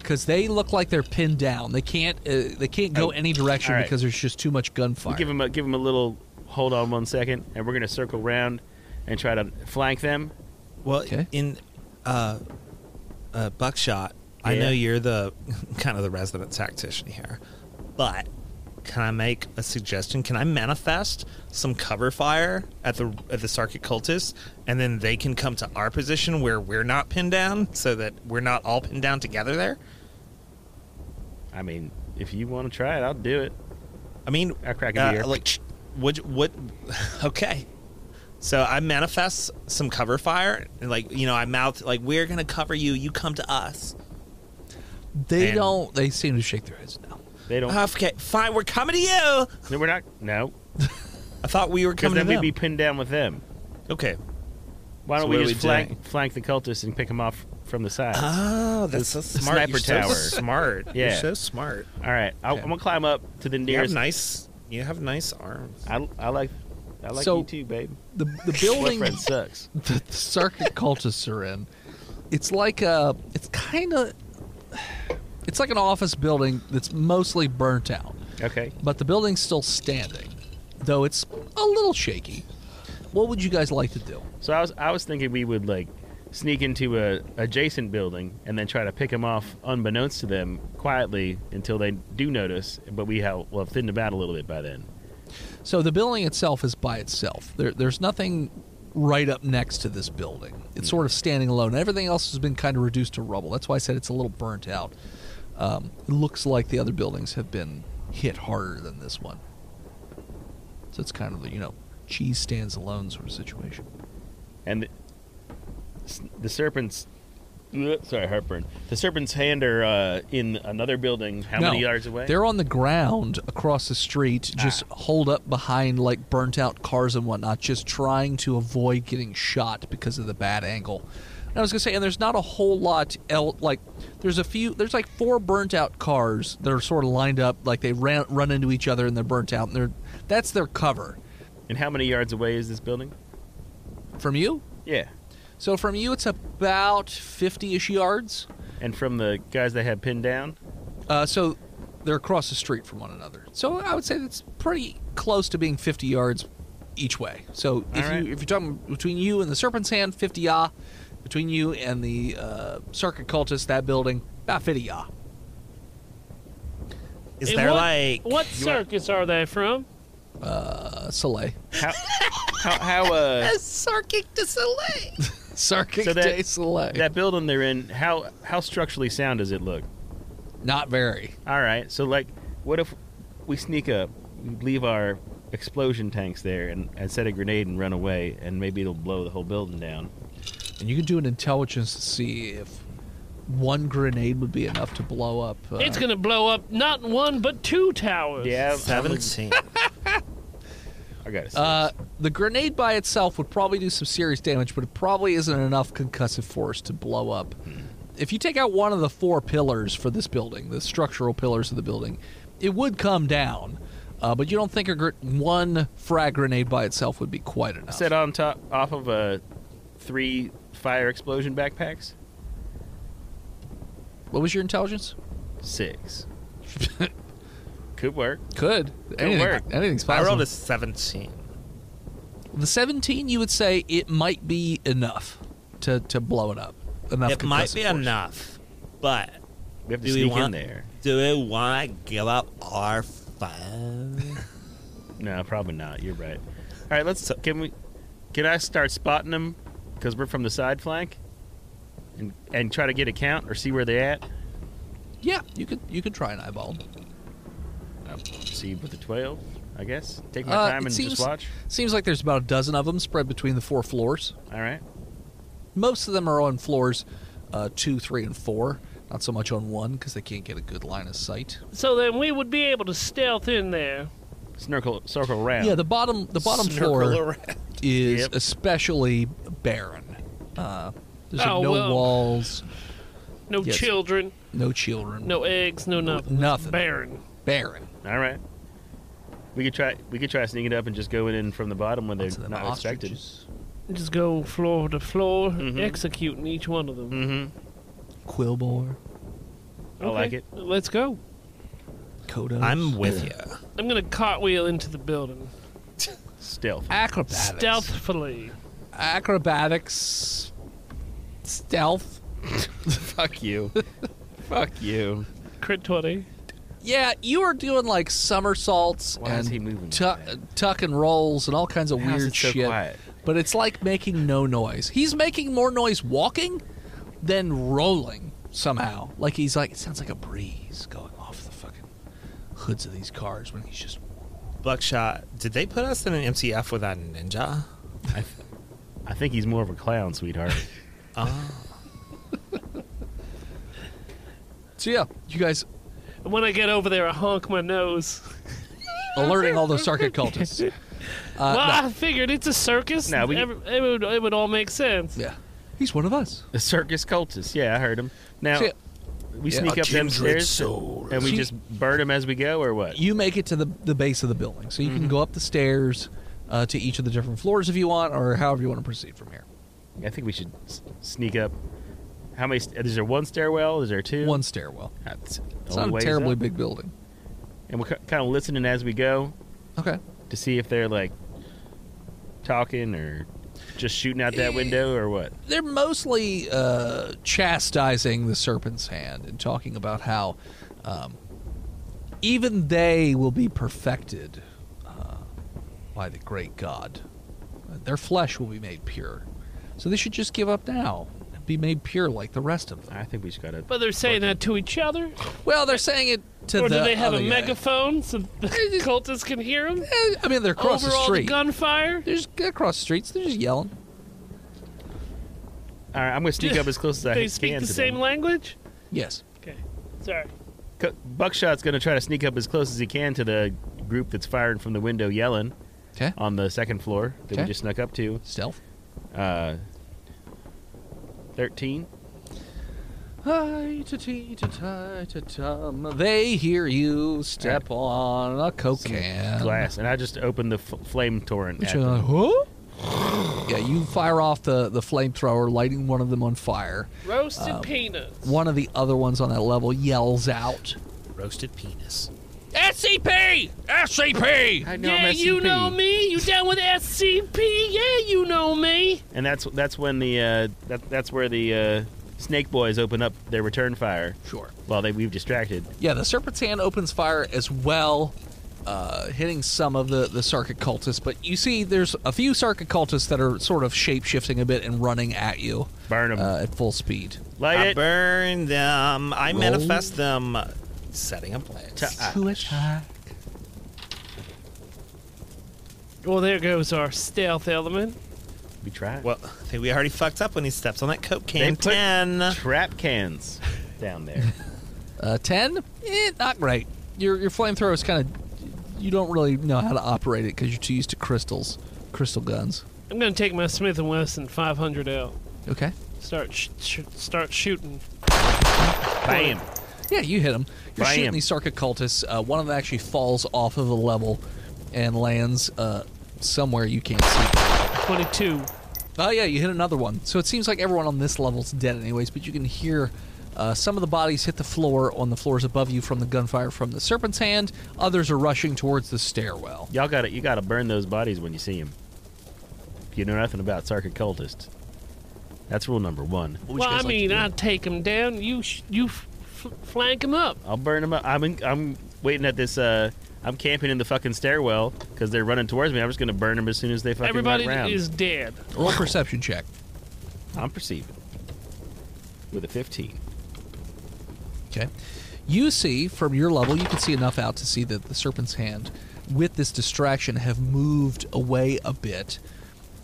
S2: because they look like they're pinned down. They can't. Uh, they can't go
S3: Oh,
S2: any direction
S3: all right.
S2: because there's just too much gunfire.
S3: We'll give him a give him a little hold on one second, and we're gonna circle round and try to flank them.
S4: Well,
S2: Okay.
S4: in uh, uh, Buckshot, I
S3: Yeah.
S4: know you're the kind of the resident tactician here, but can I make a suggestion? Can I manifest some cover fire at the at the Sarkic cultists, and then they can come to our position where we're not pinned down, so that we're not all pinned down together there?
S3: I mean, if you want to try it, I'll do it.
S4: I mean, uh,
S3: I crack a beer.
S4: like, what? What? Okay. So I manifest some cover fire, and like you know, I mouth like, "We're gonna cover you. You come to us."
S2: they
S4: and-
S2: don't. They seem to shake their heads now.
S3: They don't.
S4: Okay, fine. We're coming to you.
S3: no, we're not. No,
S4: I thought we were
S3: because
S4: coming
S3: then
S4: to
S3: we'd
S4: them.
S3: be pinned down with them.
S4: okay.
S3: Why
S7: So
S3: don't
S7: what
S3: we
S7: are
S3: just
S7: we doing?
S3: flank flank the cultists and pick them off from the side?
S4: Oh, that's so smart.
S3: sniper
S4: You're so
S3: tower.
S4: smart.
S3: Yeah.
S4: You're so smart.
S3: All right, I'll,
S2: Okay.
S3: I'm gonna climb up to the
S4: You have
S3: nearest.
S4: nice. You have nice arms.
S3: I, I like I like
S2: So-
S3: you too, babe.
S2: The the building
S3: Boyfriend
S2: that
S3: sucks.
S2: the circuit cultists are in. It's like a. It's kind of. It's like an office building that's mostly burnt out.
S3: Okay,
S2: but the building's still standing, though it's a little shaky. What would you guys like to do?
S3: so I was I was thinking we would like sneak into a adjacent building and then try to pick them off unbeknownst to them quietly until they do notice. But we have well thinned them out a little bit by then.
S2: So the building itself is by itself. There, there's nothing right up next to this building. It's sort of standing alone. Everything else has been kind of reduced to rubble. That's why I said it's a little burnt out. Um, it looks like the other buildings have been hit harder than this one. So it's kind of the you know cheese stands alone sort of situation.
S3: and the, s- the serpent's sorry heartburn the serpent's hand are uh, in another building how
S2: No,
S3: many yards away Ah.
S2: They're on the ground across the street, just holed up behind like burnt out cars and whatnot, just trying to avoid getting shot because of the bad angle. And I was gonna say, and there's not a whole lot el Like, there's a few. There's like four burnt out cars that are sort of lined up, like they ran, run into each other and they're burnt out, and they're that's their cover
S3: and how many yards away is this building
S2: from you.
S3: yeah
S2: So from you, it's about fifty-ish yards.
S3: and from the guys they had pinned down.
S2: Uh, so they're across the street from one another. So I would say that's pretty close to being 50 yards each way. So if,
S3: right.
S2: you, if you're talking between you and the Serpent's Hand, 50 yah. Between you and the uh, Circuit Cultist, that building, about 50 yah.
S4: Is
S5: And
S4: there
S5: what,
S4: like
S5: what circus are they from?
S2: Uh, Soleil.
S3: How, how, how uh,
S2: Circuit
S3: So that-
S2: de Soleil.
S3: that building they're in? How how structurally sound does it look?
S2: Not very.
S3: All right, so like, what if we sneak up, we leave our explosion tanks there, and, and set a grenade and run away, and maybe it'll blow the whole building down.
S2: And you can do an intelligence to see if one grenade would be enough to blow up. Uh,
S5: It's gonna blow up not one but two towers.
S3: Yeah,
S4: seventeen?
S3: I got it.
S2: Uh, the grenade by itself would probably do some serious damage, but it probably isn't enough concussive force to blow up.
S4: Hmm.
S2: If you take out one of the four pillars for this building, the structural pillars of the building, it would come down. Uh, but you don't think a gr- one frag grenade by itself would be quite enough.
S4: uh,
S3: set on top off of uh, three fire explosion backpacks.
S2: What was your intelligence?
S3: Six. Could work.
S2: Could anything,
S3: work.
S2: Anything's
S4: I
S2: possible.
S4: rolled a seventeen.
S2: the seventeen. You would say it might be enough to to blow it up. Enough.
S4: It might
S2: concussive
S4: be
S2: force.
S4: enough, but
S3: We have to
S4: Do we
S3: sneak in
S4: want-
S3: there.
S4: do we want to give up our phone?
S3: No, probably not. You're right. All right, let's. can we? Can I start spotting them? Because we're from the side flank, and and try to get a count or see where they're at.
S2: Yeah, you could you could try an eyeball.
S3: Uh, see with the twelve, I guess. Take my
S2: Uh,
S3: time
S2: it
S3: and
S2: seems-
S3: just watch.
S2: Seems like there's about a dozen of them spread between the four floors.
S3: All right.
S2: Most of them are on floors uh, two, three, and four. Not so much on one because they can't get a good line of sight.
S5: So then we would be able to stealth in there.
S3: Snurcle, circle around.
S2: Yeah, the bottom the bottom floor is
S3: Yep.
S2: especially barren. Uh, there's
S5: Oh,
S2: no
S5: well.
S2: walls,
S5: No
S2: Yes.
S5: children,
S2: no children,
S5: no eggs, no nothing.
S2: Nothing.
S5: Barren.
S2: barren.
S3: All right. We could try. We could try sneaking up and just going in from the bottom when they're
S2: Lots of them
S3: not expected.
S2: ostriches,
S5: Just go floor to floor,
S2: Mm-hmm.
S5: executing each one of them.
S3: Mm-hmm.
S2: Quillbore,
S3: I like it.
S5: Let's go.
S2: Kodos.
S4: I'm with you.
S5: I'm gonna cartwheel into the building
S3: Stealth.
S2: Ah. acrobatics.
S5: stealthfully.
S2: Acrobatics. Stealth.
S3: Fuck you. Fuck you.
S5: Crit twenty.
S2: Yeah, you are doing like somersaults
S3: Why
S2: and
S3: is he moving
S2: tu- uh,
S3: like that?
S2: tuck and rolls and all kinds of
S3: How's
S2: weird
S3: it so
S2: shit.
S3: quiet?
S2: But it's like making no noise. He's making more noise walking than rolling somehow. Like he's like it sounds like a breeze going off the fucking hoods of these cars when he's just
S4: Buckshot, did they put us in an MCF with that ninja?
S3: I think he's more of a clown, sweetheart.
S2: So yeah, you guys
S5: And when I get over there, I honk my nose.
S2: alerting all those circuit cultists. Uh,
S5: well,
S2: no.
S5: I figured it's a circus.
S3: No, we-
S5: Every- it, would, it would all make sense.
S2: Yeah. He's one of us.
S3: the circus cultist. Yeah, I heard him. Now
S2: So, yeah,
S3: we
S2: yeah.
S3: sneak
S2: A
S3: up them stairs and we
S2: She-
S3: just bird him as we go, or what?
S2: you make it to the, the base of the building. So you
S3: Mm-hmm.
S2: can go up the stairs uh, to each of the different floors if you want, or however you want to proceed from here.
S3: I think we should s- sneak up. How many? st- Is there one stairwell? Is there two?
S2: One stairwell.
S3: That's
S2: It's
S3: only
S2: not a
S3: ways
S2: terribly
S3: up.
S2: big building.
S3: And we're kind of listening as we go
S2: Okay.
S3: to see if they're like talking or just shooting out that window or what.
S2: They're mostly uh, chastising the serpent's hand and talking about how um, even they will be perfected uh, by the great God. Their flesh will be made pure. So they should just give up now and be made pure like the rest of them.
S3: I think we just gotta.
S5: But they're saying that to each other,
S2: Well, they're saying it to
S5: or
S2: the
S5: do they have a
S2: other guy.
S5: megaphone so the cultists can hear them?
S2: Eh, I mean, they're across
S5: over
S2: the
S5: all
S2: street.
S5: the gunfire.
S2: they're just they're across the streets. They're just yelling.
S3: All right, I'm gonna sneak up as close as I
S5: they
S3: can
S5: speak the
S3: to
S5: same
S3: them.
S5: language.
S2: Yes.
S5: Okay, sorry.
S3: Co- Buckshot's going to try to sneak up as close as he can to the group that's firing from the window, yelling
S2: Okay.
S3: on the second floor that
S2: Okay.
S3: we just snuck up to.
S2: Stealth.
S3: Uh, Thirteen.
S2: Hi, ta-tee, ta-ti, ta-tum. They hear you step on a coke can.
S3: glass, and I just opened the f- flame torrent.
S2: Oh. Which
S3: at
S2: are
S3: them.
S2: like, huh? Yeah, you fire off the, the flamethrower, lighting one of them on fire.
S5: Roasted
S2: Um,
S5: peanuts.
S2: One of the other ones on that level yells out.
S4: Roasted penis.
S5: SCP! SCP!
S3: I know
S5: yeah,
S3: I'm
S5: you
S3: SCP.
S5: know me. You down with SCP? Yeah, you know me.
S3: And that's that's when the uh, that, that's where the uh, snake boys open up their return fire.
S2: Sure.
S3: While they we've distracted.
S2: Yeah, the Serpent's Hand opens fire as well, uh, hitting some of the, the Sarkic cultists. But you see, there's a few Sarkic cultists that are sort of shape shifting a bit and running at you
S3: Burn 'em.
S2: uh, at full speed.
S3: Light
S4: I
S3: it.
S4: burn them. I
S2: Roll.
S4: manifest them. Setting up plans.
S2: Two attack.
S5: Well, there goes our stealth element.
S3: we try. it.
S4: Well, I think we already fucked up when he steps on that coke
S3: they
S4: can.
S3: put
S4: Ten.
S3: trap cans down there.
S2: Uh, ten? Eh, not great. Your your flamethrower is kind of you don't really know how to operate it because you're too used to crystals, crystal guns.
S5: I'm gonna take my Smith and Wesson 500 out.
S2: Okay.
S5: Start sh- sh- start shooting.
S3: Bam.
S2: Yeah, you hit him. You're
S3: Bam.
S2: shooting these Sarkic cultists. Uh, one of them actually falls off of the level and lands uh, somewhere you can't see.
S5: 22.
S2: Oh yeah, you hit another one. So it seems like everyone on this level's dead, anyways. But you can hear uh, some of the bodies hit the floor on the floors above you from the gunfire from the Serpent's Hand. Others are rushing towards the stairwell.
S3: Y'all got to You got to burn those bodies when you see them. If you know nothing about Sarkic cultists, that's rule number one.
S5: Well, I mean, I take him down. You sh- you f- f- flank him up.
S3: I'll burn them up. I'm in, I'm waiting at this. uh I'm camping in the fucking stairwell because they're running towards me. I'm just gonna burn them as soon as they fucking
S5: Everybody
S3: round.
S5: is dead.
S2: Roll a perception check.
S3: I'm perceiving with a 15.
S2: Okay. You see from your level, you can see enough out to see that the Serpent's Hand, with this distraction, have moved away a bit,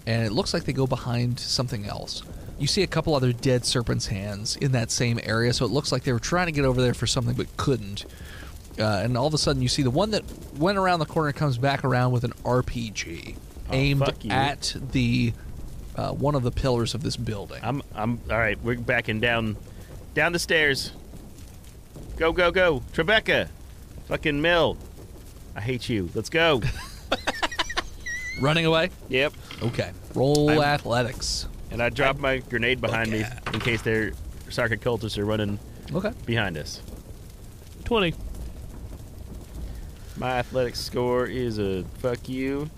S2: and it looks like they go behind something else. You see a couple other dead Serpent's Hands in that same area, so it looks like they were trying to get over there for something but couldn't. Uh, and all of a sudden, you see the one that went around the corner comes back around with an RPG aimed
S3: Oh, fuck you.
S2: at the uh, one of the pillars of this building.
S3: I'm I'm all right. We're backing down, down the stairs. Go go go, Trebecca, fucking Mill. I hate you. Let's go.
S2: Running away.
S3: yep.
S2: Okay. Roll athletics.
S3: And I dropped my grenade behind me in case their Sarkic cultists are running
S2: Okay.
S3: behind us.
S5: 20.
S3: My athletic score is a fuck you.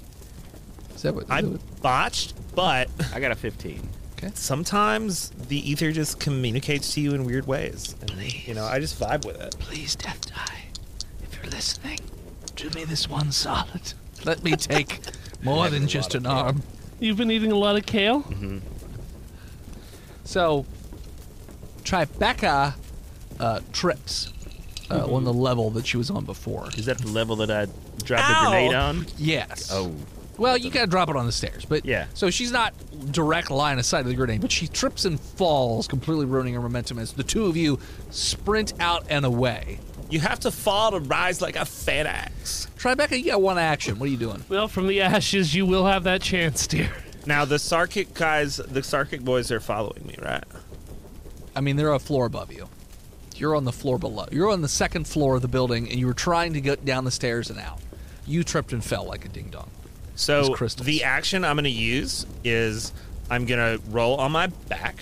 S2: Is that what? is
S4: I
S2: that what-
S4: botched, but
S3: I got a 15.
S4: sometimes the ether just communicates to you in weird ways. And, you know, I just vibe with it.
S2: Please, Death Die, if you're listening, do me this one solid. Let me take more than just an arm.
S5: You've been eating a lot of kale?
S3: Mm-hmm.
S2: So, Tribeca uh, trips uh, on the level that she was on before.
S3: Is that the level that I dropped
S4: Ow.
S3: the grenade on?
S2: Yes.
S3: Oh,
S2: Well, you gotta drop it on the stairs, but
S3: Yeah.
S2: So she's not direct line of sight of the grenade, but she trips and falls, completely ruining her momentum as the two of you sprint out and away.
S4: You have to fall to rise like a fat axe.
S2: Tribeca, you got one action. What are you doing?
S5: Well, from the ashes, you will have that chance, dear.
S4: Now the Sarkic guys, the Sarkic boys are following me, right?
S2: I mean, they're a floor above you. You're on the floor below. You're on the second floor of the building, and you were trying to get down the stairs and out. You tripped and fell like a ding dong.
S4: So
S2: These crystals.
S4: the action I'm going to use is I'm going to roll on my back.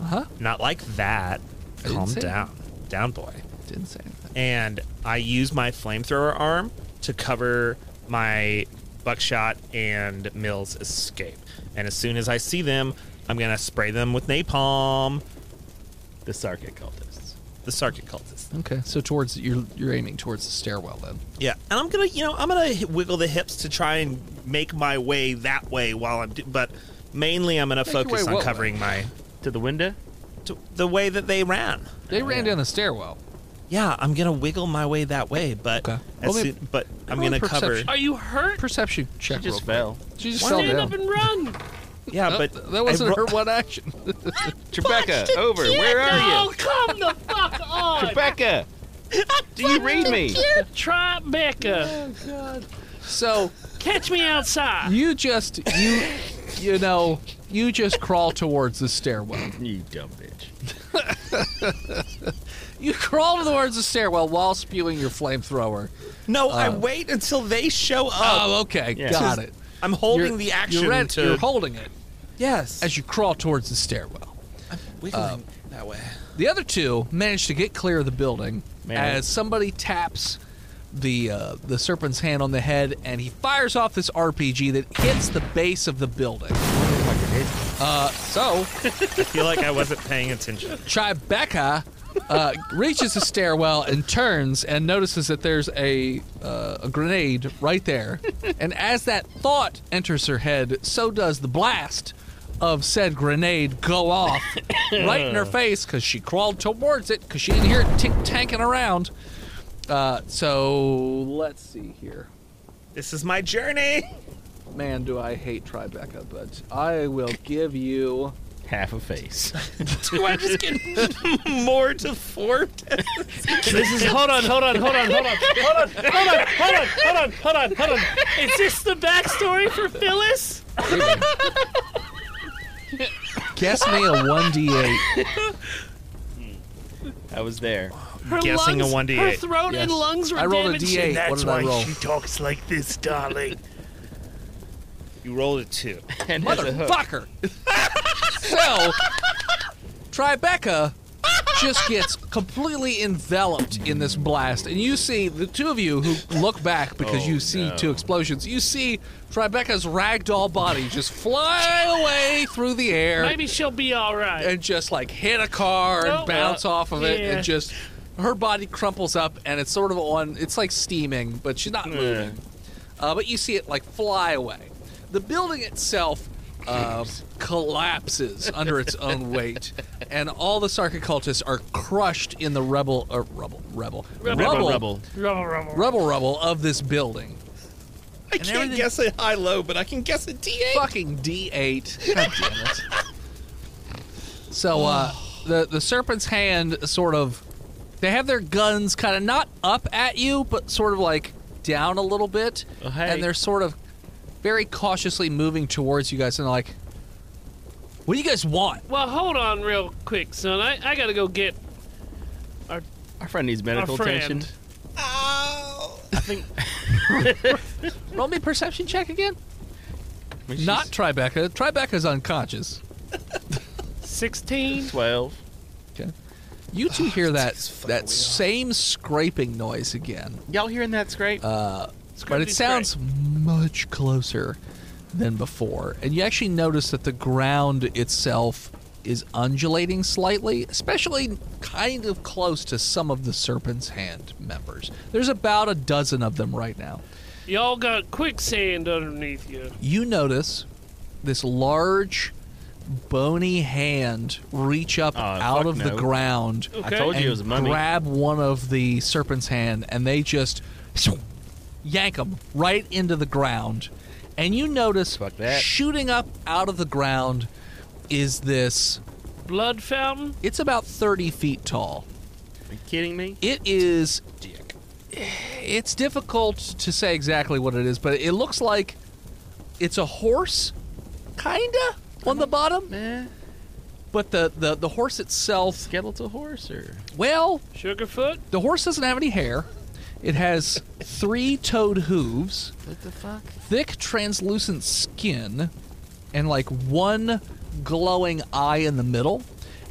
S2: Uh huh.
S4: Not like that.
S2: I didn't
S4: Calm
S2: say-
S4: down, down boy.
S2: Didn't say anything.
S4: And I use my flamethrower arm to cover my buckshot and Mill's escape. And as soon as I see them, I'm going to spray them with napalm.
S3: the Sarkic cultists.
S4: The Sarkic cultists.
S2: Okay, so towards you're you're aiming towards the stairwell then.
S4: Yeah, and I'm gonna, you know, I'm gonna h- wiggle the hips to try and make my way that way while I'm, do- but mainly I'm gonna
S2: Make your
S4: focus
S2: way
S4: on
S2: what
S4: covering my
S3: To the window?
S4: to, the way that they ran.
S2: They ran down the stairwell.
S4: Yeah, I'm gonna wiggle my way that way, but
S2: Okay.
S4: as
S2: Roll me-
S4: soon, but I'm
S2: roll me
S4: gonna cover.
S2: perception.
S5: Are you hurt?
S2: Perception check.
S3: She just
S2: real
S3: fell.
S2: quick. She just fell
S5: Stand
S2: down.
S5: up and run.
S4: Yeah,
S2: Oh,
S4: but I
S2: that wasn't
S4: ro-
S2: her one action.
S3: Trebecca, over. Where are
S5: Oh, come the fuck
S3: you?
S5: on.
S3: Trebecca, do you read me?
S2: Oh,
S5: Tribeca.
S2: so
S5: Catch me outside.
S2: you just you you know you just crawl towards the stairwell.
S3: You dumb bitch.
S2: You crawl towards the stairwell while spewing your flamethrower.
S4: no, I wait until they show up.
S2: Oh, okay,
S3: Yeah.
S2: got it.
S4: I'm holding
S2: You're-
S4: the action
S2: You're, red-
S4: to.
S2: you're holding it.
S4: Yes.
S2: as you crawl towards the stairwell.
S4: wiggling that way.
S2: The other two manage to get clear of the building
S3: Man.
S2: as somebody taps the uh, the serpent's hand on the head, and he fires off this RPG that hits the base of the building. Uh, so
S4: I feel like I wasn't paying attention.
S2: Tribeca uh, reaches the stairwell and turns and notices that there's a uh, a grenade right there. And as that thought enters her head, so does the blast of said grenade go off right in her face because she crawled towards it because she didn't hear it tick tanking around. Uh, so let's see here.
S4: This is my journey.
S2: Man, do I hate Tribeca, but I will give you.
S3: Half a face.
S4: Do I just get more to four?
S5: This is hold on, hold on, hold on, hold on, hold on, hold on, hold on, hold on, hold on, hold on. Is this the backstory for Phyllis?
S2: Guess me a 1d8.
S3: I was there.
S5: Her
S4: Guessing a
S5: lungs,
S4: 1d8.
S5: Her throat
S2: Yes.
S5: and lungs were
S2: I rolled a
S5: damaged.
S2: D8. What did I roll?
S4: talks like this, darling. you rolled a two.
S3: And there's a hook.
S2: Motherfucker! so, Tribeca just gets completely enveloped in this blast, and you see the two of you who look back because you see two explosions. You see Tribeca's ragdoll body just fly away through the air
S5: Maybe she'll be all right.
S2: and just like hit a car and
S5: Nope.
S2: bounce
S5: Uh,
S2: off of it
S5: yeah.
S2: and just her body crumples up and it's sort of on it's like steaming but she's not moving uh, but you see it like fly away the building itself uh, collapses under its own weight and all the sarcocultists are crushed in the rubble uh, rubble rubble
S5: Rubble.
S2: rubble
S3: Rubble.
S5: Rubble, rubble.
S2: rubble, rubble of this building
S4: I can't
S2: everything-
S4: guess a high low, but I can guess a D8.
S2: fucking D8. God damn it. So uh, the the serpent's hand sort of they have their guns kind of not up at you, but sort of like down a little bit,
S3: Oh, hey.
S2: and they're sort of very cautiously moving towards you guys, and they're like, "What do you guys want?"
S5: Well, hold on real quick, son. I, I gotta go get
S3: Our friend needs medical
S5: friend.
S3: attention.
S2: Roll me a perception check again.
S3: I mean, she's
S2: Not Tribeca. Tribeca's unconscious.
S5: 16.
S3: twelve.
S2: You two hear that that same scraping noise again.
S3: Y'all hearing that scrape?
S2: but it sounds much closer than before. And you actually notice that the ground itself is undulating slightly, especially kind of close to some of the Serpent's Hand members. There's about a dozen of them right now.
S5: Y'all got quicksand underneath you.
S2: You notice this large, bony hand reach up
S3: Oh,
S2: out
S3: fuck
S2: of the
S3: no.
S2: ground
S3: I
S5: okay.
S3: told you
S2: and
S3: it was a mummy.
S2: grab one of the serpent's hand, and they just yank him right into the ground. And you notice
S3: Fuck that.
S2: shooting up out of the ground is this.
S5: Blood fountain?
S2: It's about thirty feet tall.
S3: Are you kidding me?
S2: It is. It's difficult to say exactly what it is, but it looks like it's a horse, kinda on the bottom.
S3: Eh,
S2: But the the, the horse itself,
S3: skeletal horse or
S2: well,
S5: Sugarfoot?
S2: The horse doesn't have any hair. It has three toed hooves,
S3: what the fuck?
S2: thick translucent skin, and like one glowing eye in the middle.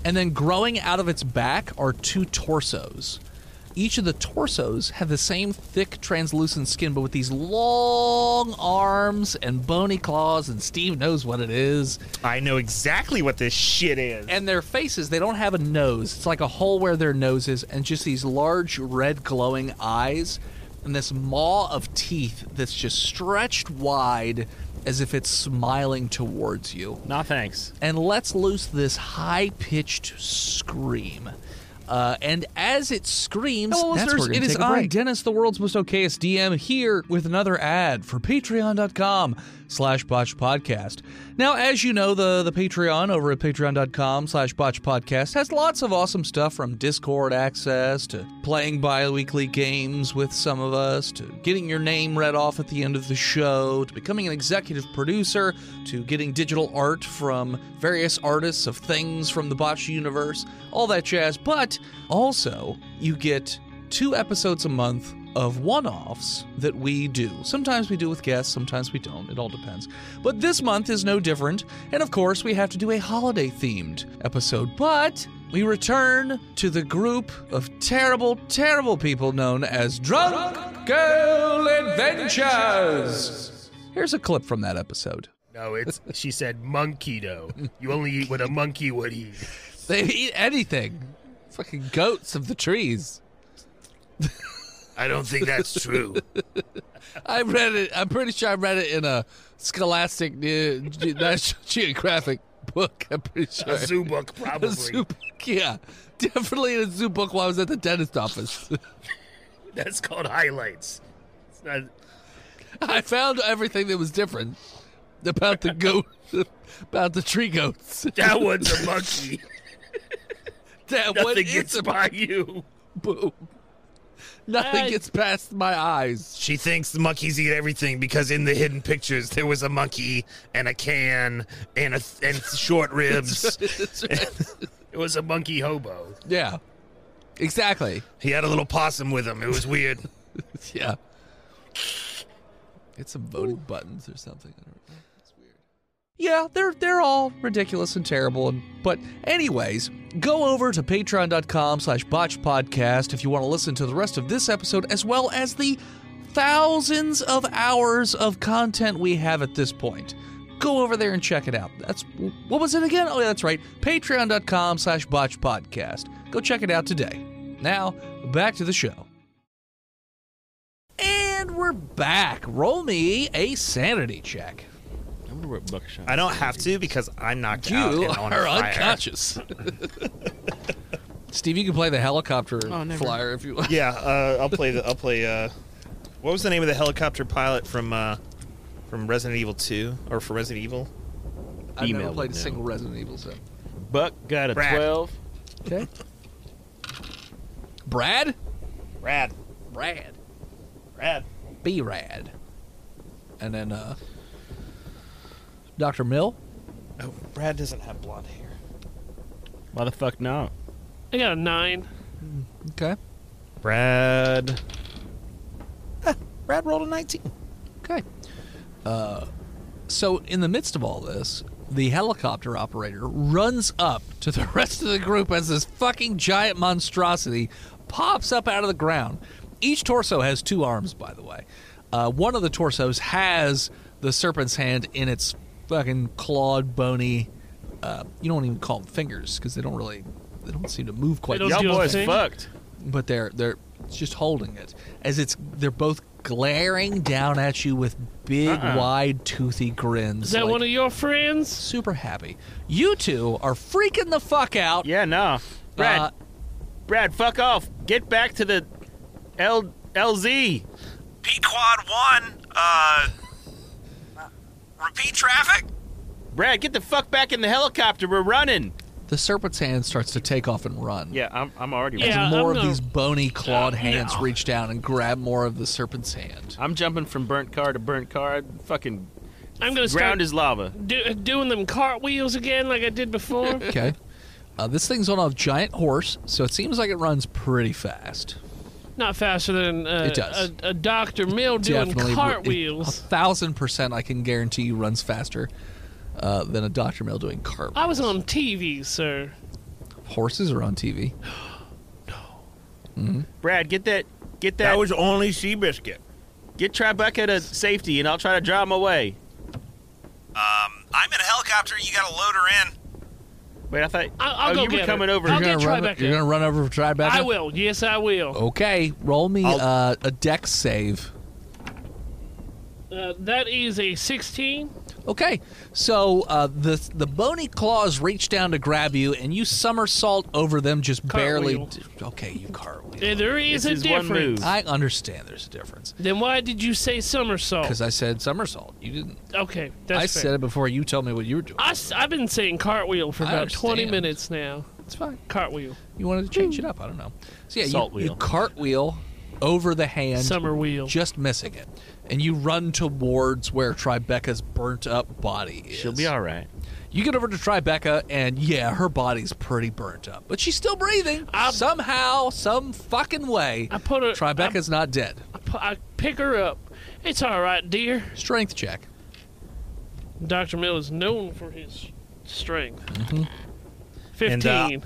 S2: And then growing out of its back are two torsos. Each of the torsos have the same thick translucent skin, but with these long arms and bony claws, and Steve knows what it is.
S4: I know exactly what this shit is.
S2: And their faces, they don't have a nose. It's like a hole where their nose is, and just these large red glowing eyes, and this maw of teeth that's just stretched wide as if it's smiling towards you.
S3: Nah, thanks.
S2: And lets loose this high pitched scream. Uh, and as it screams,
S8: Hello,
S2: that's
S8: listeners.
S2: where we're
S8: It
S2: gonna
S8: is
S2: take a
S8: I,
S2: break.
S8: Dennis, the world's most okayest DM, here with another ad for patreon.com slash botch podcast. Now, as you know, the, the Patreon over at patreon.com slash botch podcast has lots of awesome stuff from Discord access to playing bi weekly games with some of us to getting your name read off at the end of the show to becoming an executive producer to getting digital art from various artists of things from the botch universe, all that jazz. But also, you get two episodes a month
S2: of one offs that we do. Sometimes we do with guests, sometimes we don't. It all depends. But this month is no different. And of course, we have to do a holiday themed episode. But we return to the group of terrible, terrible people known as Drunk Girl Adventures. Here's a clip from that episode.
S4: No, it's she said monkey dough. You only eat what a monkey would eat.
S9: They eat anything. Fucking goats of the trees.
S4: I don't think that's true.
S9: I read it. I'm pretty sure I read it in a Scholastic uh, Ge- National Geographic book. I'm pretty sure.
S4: A zoo book,
S9: A
S4: probably.
S9: zoo book, yeah, definitely in a zoo book while I was at the dentist office.
S4: That's called highlights. It's not,
S9: I found everything that was different about the goat, about the tree goats.
S4: that one's a monkey.
S9: That one
S4: Nothing
S9: is
S4: gets
S9: a
S4: by you.
S9: boom. Nothing
S5: Hey.
S9: gets past my eyes.
S4: She thinks the monkeys eat everything because in the hidden pictures there was a monkey and a can and a and short ribs.
S9: That's right.
S4: It was a monkey hobo.
S9: yeah, exactly.
S4: He had a little possum with him. It was weird.
S9: Yeah. Get some voting buttons or something. I don't know. It's weird.
S2: Yeah, they're they're all ridiculous and terrible. And, but anyways, go over to patreon.com slash botch podcast if you want to listen to the rest of this episode as well as the thousands of hours of content we have at this point. Go over there and check it out. That's what was it again? Oh yeah, that's right. Patreon.com slash botch podcast. Go check it out today. Now, back to the show. And we're back. Roll me a sanity check.
S10: I wonder what buckshot.
S11: I don't have to because I'm knocked
S4: Oh,
S11: out.
S2: You
S11: and on
S2: are
S11: fire.
S2: unconscious. Steve, you can play the helicopter
S10: Oh, never.
S2: flyer if you want.
S11: Yeah, uh, I'll play the. I'll play. Uh, what was the name of the helicopter pilot from uh, from Resident Evil Two or for Resident Evil?
S2: I've never
S10: Email
S2: played a
S10: would know.
S2: single Resident Evil, so.
S10: Buck got a
S4: Brad.
S10: twelve.
S2: Okay. Brad?
S11: Rad.
S2: Brad.
S11: Rad.
S2: B Rad. And then, uh, Dr. Mill?
S11: Oh, Brad doesn't have blonde hair.
S10: Why the fuck not?
S5: I got a nine.
S2: Okay.
S11: Brad. Ah, Brad rolled a 19.
S2: Okay. Uh, so, in the midst of all this, the helicopter operator runs up to the rest of the group as this fucking giant monstrosity pops up out of the ground. Each torso has two arms, by the way. Uh, one of the torsos has the serpent's hand in its fucking clawed, bony. Uh, you don't even call them fingers because they don't really, they don't seem to move quite.
S5: They don't
S2: the
S5: do
S3: Y'all
S5: a
S3: boys
S5: thing.
S3: fucked.
S2: but they're they're just holding it as it's they're both glaring down at you with big wide toothy grins
S5: Uh-uh. Is that
S2: like,
S5: one of your friends?
S2: super happy you two are freaking the fuck out
S3: Yeah, no. Brad,
S2: Uh,
S3: Brad, fuck off. Get back to the L LZ.
S11: Quad 1, uh. Repeat traffic?
S3: Brad, get the fuck back in the helicopter. We're running.
S2: the serpent's hand starts to take off and run
S10: Yeah, I'm. I'm already.
S5: Yeah.
S2: as
S5: I'm
S2: more of
S5: gonna-
S2: these bony clawed
S5: Uh,
S2: hands
S5: no.
S2: reach down and grab more of the serpent's hand
S10: I'm jumping from burnt car to burnt car. I'd Fucking
S5: I'm gonna start
S10: ground is lava.
S5: do, doing them cartwheels again like I did before.
S2: okay uh, this thing's on a giant horse so it seems like it runs pretty fast
S5: Not faster than uh,
S2: It does.
S5: A, a Dr. Mill doing
S2: definitely
S5: cartwheels.
S2: A thousand percent, I can guarantee you runs faster uh, than a Dr. Mill doing cartwheels.
S5: I was on TV, sir.
S2: Horses are on TV.
S3: Brad, get that. Get that.
S11: That was only Seabiscuit.
S3: get Tribeca to safety, and I'll try to drive my way.
S11: I'm in a helicopter. You gotta load her in.
S3: Wait, I thought.
S5: I'll- I'll
S3: oh,
S5: go
S3: you were
S5: get
S3: coming
S5: her.
S3: over.
S5: I'll
S2: you're,
S5: get
S2: gonna run,
S5: Tribeca.
S2: you're gonna run over for Tribeca.
S5: I will. Yes, I will.
S2: Okay, roll me
S11: I'll-
S2: uh, a dex save. Oh.
S5: Uh, that is a 16.
S2: Okay, so uh, the the bony claws reach down to grab you, and you somersault over them just barely. Okay, you cartwheel.
S5: Uh, There is
S3: It's
S5: a
S3: his one
S5: difference.
S3: move.
S2: I understand. There's a difference
S5: Then why did you say somersault?
S2: because I said somersault. You didn't.
S5: Okay, that's
S2: I
S5: fair.
S2: said it before you told me what you were doing.
S5: I, have been saying cartwheel for
S2: I
S5: about 20
S2: understand.
S5: minutes now.
S2: It's fine.
S5: Cartwheel.
S2: You wanted to change it up. I don't know. So yeah,
S10: Salt
S2: you, you
S10: wheel.
S2: cartwheel over the hand,
S5: Summer wheel.
S2: just missing it, and you run towards where Tribeca's burnt up body is.
S10: She'll be all right.
S2: You get over to Tribeca, and yeah, her body's pretty burnt up, but she's still breathing somehow, some fucking way.
S5: I put her-
S2: Tribeca's not dead.
S5: P- I pick her up. It's all right, dear.
S2: Strength check.
S5: Dr. Mill is known for his strength.
S2: Mm-hmm.
S5: 15.
S4: And, uh,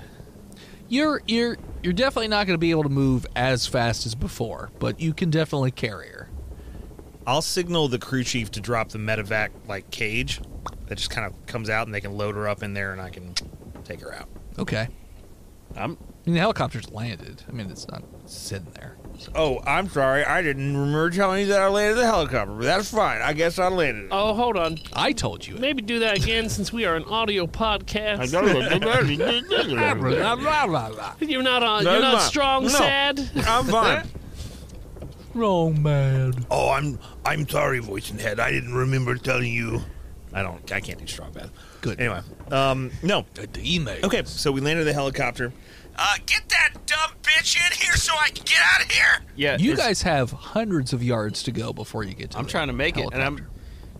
S2: You're you're you're definitely not going to be able to move as fast as before, but you can definitely carry her.
S4: I'll signal the crew chief to drop the medevac like cage that just kind of comes out and they can load her up in there and I can take her out.
S2: Okay.
S3: I'm-
S2: I mean, the helicopter's landed. I mean, it's not sitting there.
S12: Oh, I'm sorry. I didn't remember telling you that I landed the helicopter, but that's fine. I guess I landed it.
S5: oh, hold on.
S2: I told you. It.
S5: Maybe do that again since we are an audio podcast.
S2: Blah, blah, blah, blah.
S5: You're not on.
S12: No,
S5: you're not
S12: no,
S5: strong,
S12: no.
S5: sad.
S12: I'm fine.
S2: Wrong man.
S12: oh, I'm I'm sorry, voicing head. I didn't remember telling you.
S4: I don't I can't do strong bad.
S2: Good.
S4: Anyway, um no.
S2: The- the email.
S4: Okay, so we landed the helicopter.
S12: Uh, get that dumb bitch in here so I can get out of here.
S3: Yeah,
S2: You
S3: it's-
S2: guys have hundreds of yards to go before you get to.
S3: I'm
S2: the
S3: trying to make it, and I'm.
S2: helicopter.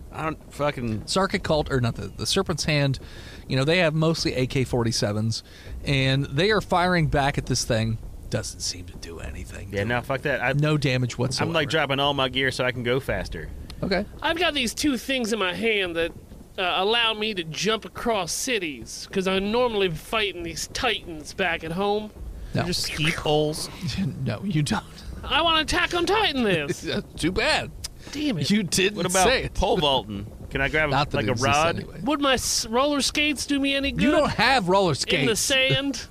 S3: I don't fucking.
S2: Sarkic Cult, or not the, the Serpent's Hand, you know, they have mostly AK 47s, and they are firing back at this thing. Doesn't seem to do anything.
S3: Yeah, no, fuck that. I,
S2: No damage whatsoever.
S3: I'm like dropping all my gear so I can go faster.
S2: Okay.
S5: I've got these two things in my hand that uh, allow me to jump across cities because I'm normally fighting these titans back at home.
S2: No.
S4: Just ski poles.
S2: no, you don't.
S5: I want to attack on Titan this.
S2: Too bad.
S5: Damn it.
S2: You didn't
S3: What about
S2: say it.
S3: pole vaulting? Can I grab
S2: Not that
S3: like
S2: it
S3: a
S2: exists
S3: rod?
S2: anyway.
S5: Would my s- roller skates do me any good?
S2: You don't have roller
S5: in the
S2: skates.
S5: sand.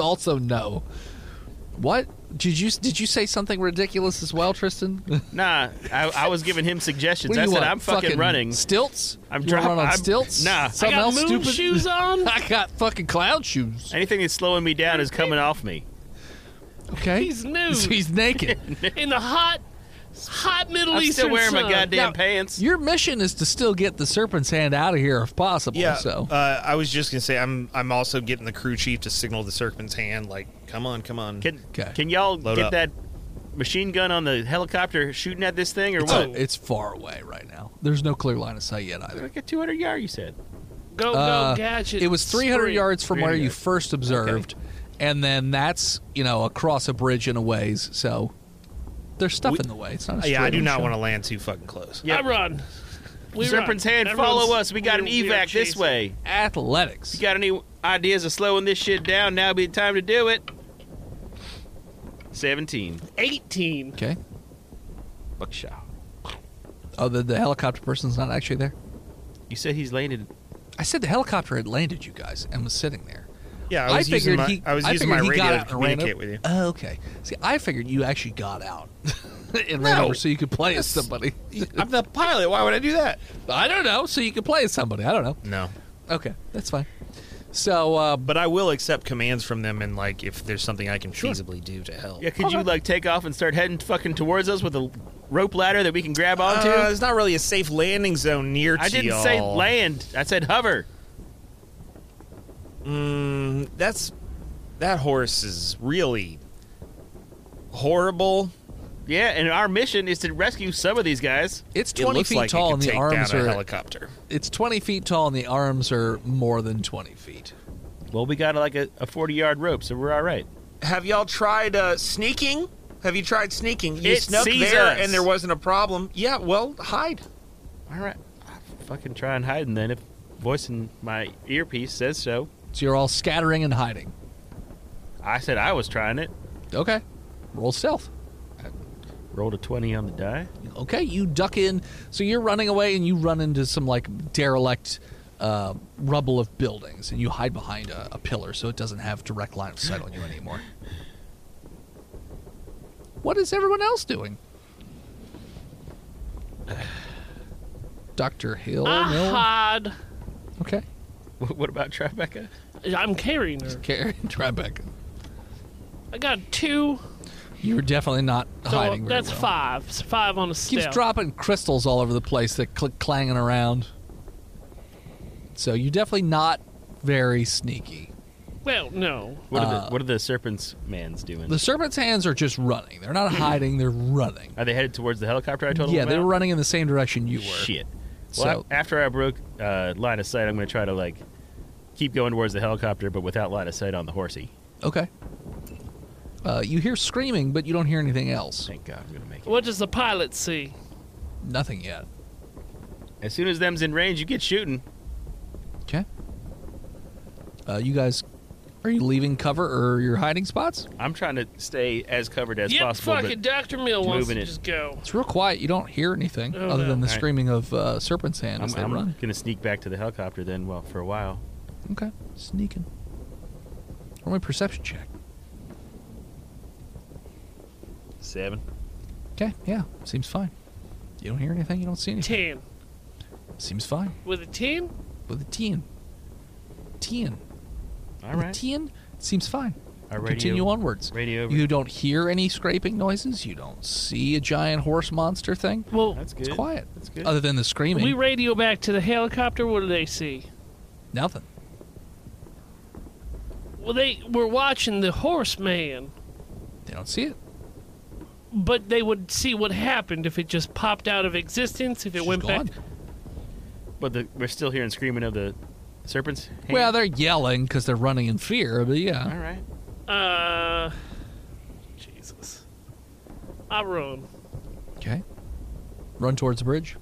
S2: also, no. What did you did you say something ridiculous as well, Tristan? What
S3: Nah, I, I was giving him suggestions.
S2: do
S3: I
S2: you
S3: said
S2: want?
S3: I'm fucking, running.
S2: stilts.
S3: I'm
S2: You wanna
S3: drop-
S2: run on
S3: I'm-
S2: stilts.
S3: nah. I
S5: I
S2: something
S5: got
S2: else
S5: moon
S2: stupid.
S5: shoes on.
S2: I got fucking clown shoes.
S3: Anything that's slowing me down is coming off me.
S2: Okay,
S5: He's nude
S2: he's naked.
S5: in the hot, hot Middle
S3: I'm
S5: Eastern
S3: still wearing my
S5: sun.
S3: goddamn
S2: Now-
S3: pants.
S2: Your mission is to still get the serpent's hand out of here if possible.
S4: Yeah.
S2: So
S4: Uh, I was just gonna say I'm I'm also getting the crew chief to signal the Serpent's hand like come on come on.
S3: Can
S2: Okay.
S3: can y'all
S4: Load
S3: get
S4: up.
S3: that machine gun on the helicopter shooting at this thing or
S2: it's,
S3: what?
S2: it's far away right now. There's no clear line of sight yet either.
S3: Like a 200 yard, you said.
S5: Go, go,
S2: Uh,
S5: gadget.
S2: It was 300
S5: spree.
S2: yards from where
S3: 300
S2: you
S3: yards.
S2: first observed, and then that's you know across a bridge in a ways. So there's stuff in the way. It's not. A
S4: Uh, yeah, I do not want to land too fucking close.
S3: Yeah.
S5: I run. We
S3: Serpent's
S5: run.
S3: hand,
S5: Everyone's-
S3: follow us. We got an
S5: we- we are
S3: evac this
S5: chasing.
S3: way.
S2: to athletics.
S3: Got any ideas of slowing this shit down? Now be the time to do it. 17.
S5: 18.
S2: Okay.
S3: Buckshot.
S2: Oh, the, the helicopter person's not actually there.
S3: You said he's landed.
S2: I said the helicopter had landed you guys and was sitting there.
S4: Yeah, I was
S2: figured
S4: using my
S2: he.
S4: I was using my
S2: figured he got
S4: radio to
S2: out and ran
S4: communicate
S2: up-
S4: with you.
S2: Oh, okay. See, I figured you actually got out and ran
S4: No.
S2: over so you could play as somebody.
S4: I'm the pilot. Why would I do that?
S2: I don't know. So you could play as somebody. I don't know.
S4: No.
S2: Okay, that's fine. So, uh,
S4: But I will accept commands from them and like if there's something I can feasibly do to help.
S3: Yeah, could you like take off and start heading fucking towards us with a rope ladder that we can grab onto?
S4: Uh, there's not really a safe landing zone near to
S3: I didn't say
S4: y'all.
S3: land. I said hover.
S4: Mm, that's that horse is really horrible.
S3: Yeah, and our mission is to rescue some of these guys.
S2: It's
S4: It
S2: 20
S4: looks
S2: feet
S4: like it
S2: tall
S4: could
S2: and the
S4: take
S2: arms
S4: down a
S2: are
S4: helicopter.
S2: it's 20 feet tall and the arms are more than 20 feet.
S3: Well, we got like a, a 40 yard rope, so we're all right.
S12: Have y'all tried uh, sneaking? Have you tried sneaking? You
S3: It
S12: snuck
S3: sees
S12: there
S3: us.
S12: and there wasn't a problem. Yeah, well, hide.
S3: All right. I'll fucking try and hide, and then if voice in my earpiece says so.
S2: So you're all scattering and hiding.
S3: I said I was trying it.
S2: Okay. Roll stealth.
S3: Rolled a 20 on the die.
S2: Okay, you duck in. So you're running away and you run into some like derelict uh, rubble of buildings and you hide behind a, a pillar so it doesn't have direct line of sight on you anymore. What is everyone else doing? Dr. Hill.
S5: I
S2: Mill?
S5: hide.
S2: Okay.
S3: Wh- What about Tribeca?
S5: I'm carrying her.
S2: Karen Tribeca.
S5: I got two.
S2: You were definitely not
S5: So
S2: hiding. very
S5: that's
S2: well.
S5: five. It's five on a step.
S2: Keeps dropping crystals all over the place that click clanging around. So you're definitely not very sneaky.
S5: Well, no.
S3: What are the What are the serpents man's doing?
S2: Uh, The serpent's hands are just running. They're not hiding. They're running.
S3: are they headed towards the helicopter? I told
S2: Yeah,
S3: them
S2: they
S3: about?
S2: were running in the same direction you were.
S3: Shit. Well,
S2: so
S3: a- after I broke uh, line of sight, I'm going to try to like keep going towards the helicopter, but without line of sight on the horsey.
S2: okay. Uh, you hear screaming, but you don't hear anything else.
S3: Thank God I'm going to make it.
S5: What does the pilot see?
S2: Nothing yet.
S3: As soon as them's in range, you get shooting.
S2: Okay. Uh, you guys, are you leaving cover or your hiding spots?
S3: I'm trying to stay as covered as
S5: yep,
S3: possible. but-
S5: fucking Dr. Mill wants
S3: moving
S5: to
S3: it.
S5: just go.
S2: It's real quiet. You don't hear anything
S5: Oh,
S2: other
S5: no.
S2: than the
S3: All right.
S2: screaming of uh, Serpent's Hand
S3: I'm,
S2: as they
S3: I'm
S2: run.
S3: gonna sneak back to the helicopter then. Well, for a while.
S2: Okay, sneaking. Roll my perception check.
S3: Seven.
S2: Okay, yeah, seems fine. You don't hear anything. You don't see anything.
S5: 10.
S2: Seems fine.
S5: With a 10?
S2: With a ten, ten,
S3: All
S2: with a
S3: right.
S2: ten, it seems fine.
S3: All right.
S2: Continue onwards.
S3: Radio. over.
S2: You don't hear any scraping noises. You don't see a giant horse monster thing.
S5: Well,
S3: That's good.
S2: It's quiet.
S3: That's good.
S2: Other than the
S5: when
S2: screaming,
S5: we radio back to the helicopter. What do they see?
S2: nothing.
S5: Well, they were watching the horseman,
S2: They don't see it.
S5: but they would see what happened if it just popped out of existence, if it
S2: She's
S5: went
S2: gone.
S5: back.
S3: But the, we're still hearing screaming of the serpents. hand.
S2: Well, they're yelling because they're running in fear. But yeah.
S3: All right.
S5: Uh, Jesus. I run
S2: Okay. Run towards the bridge.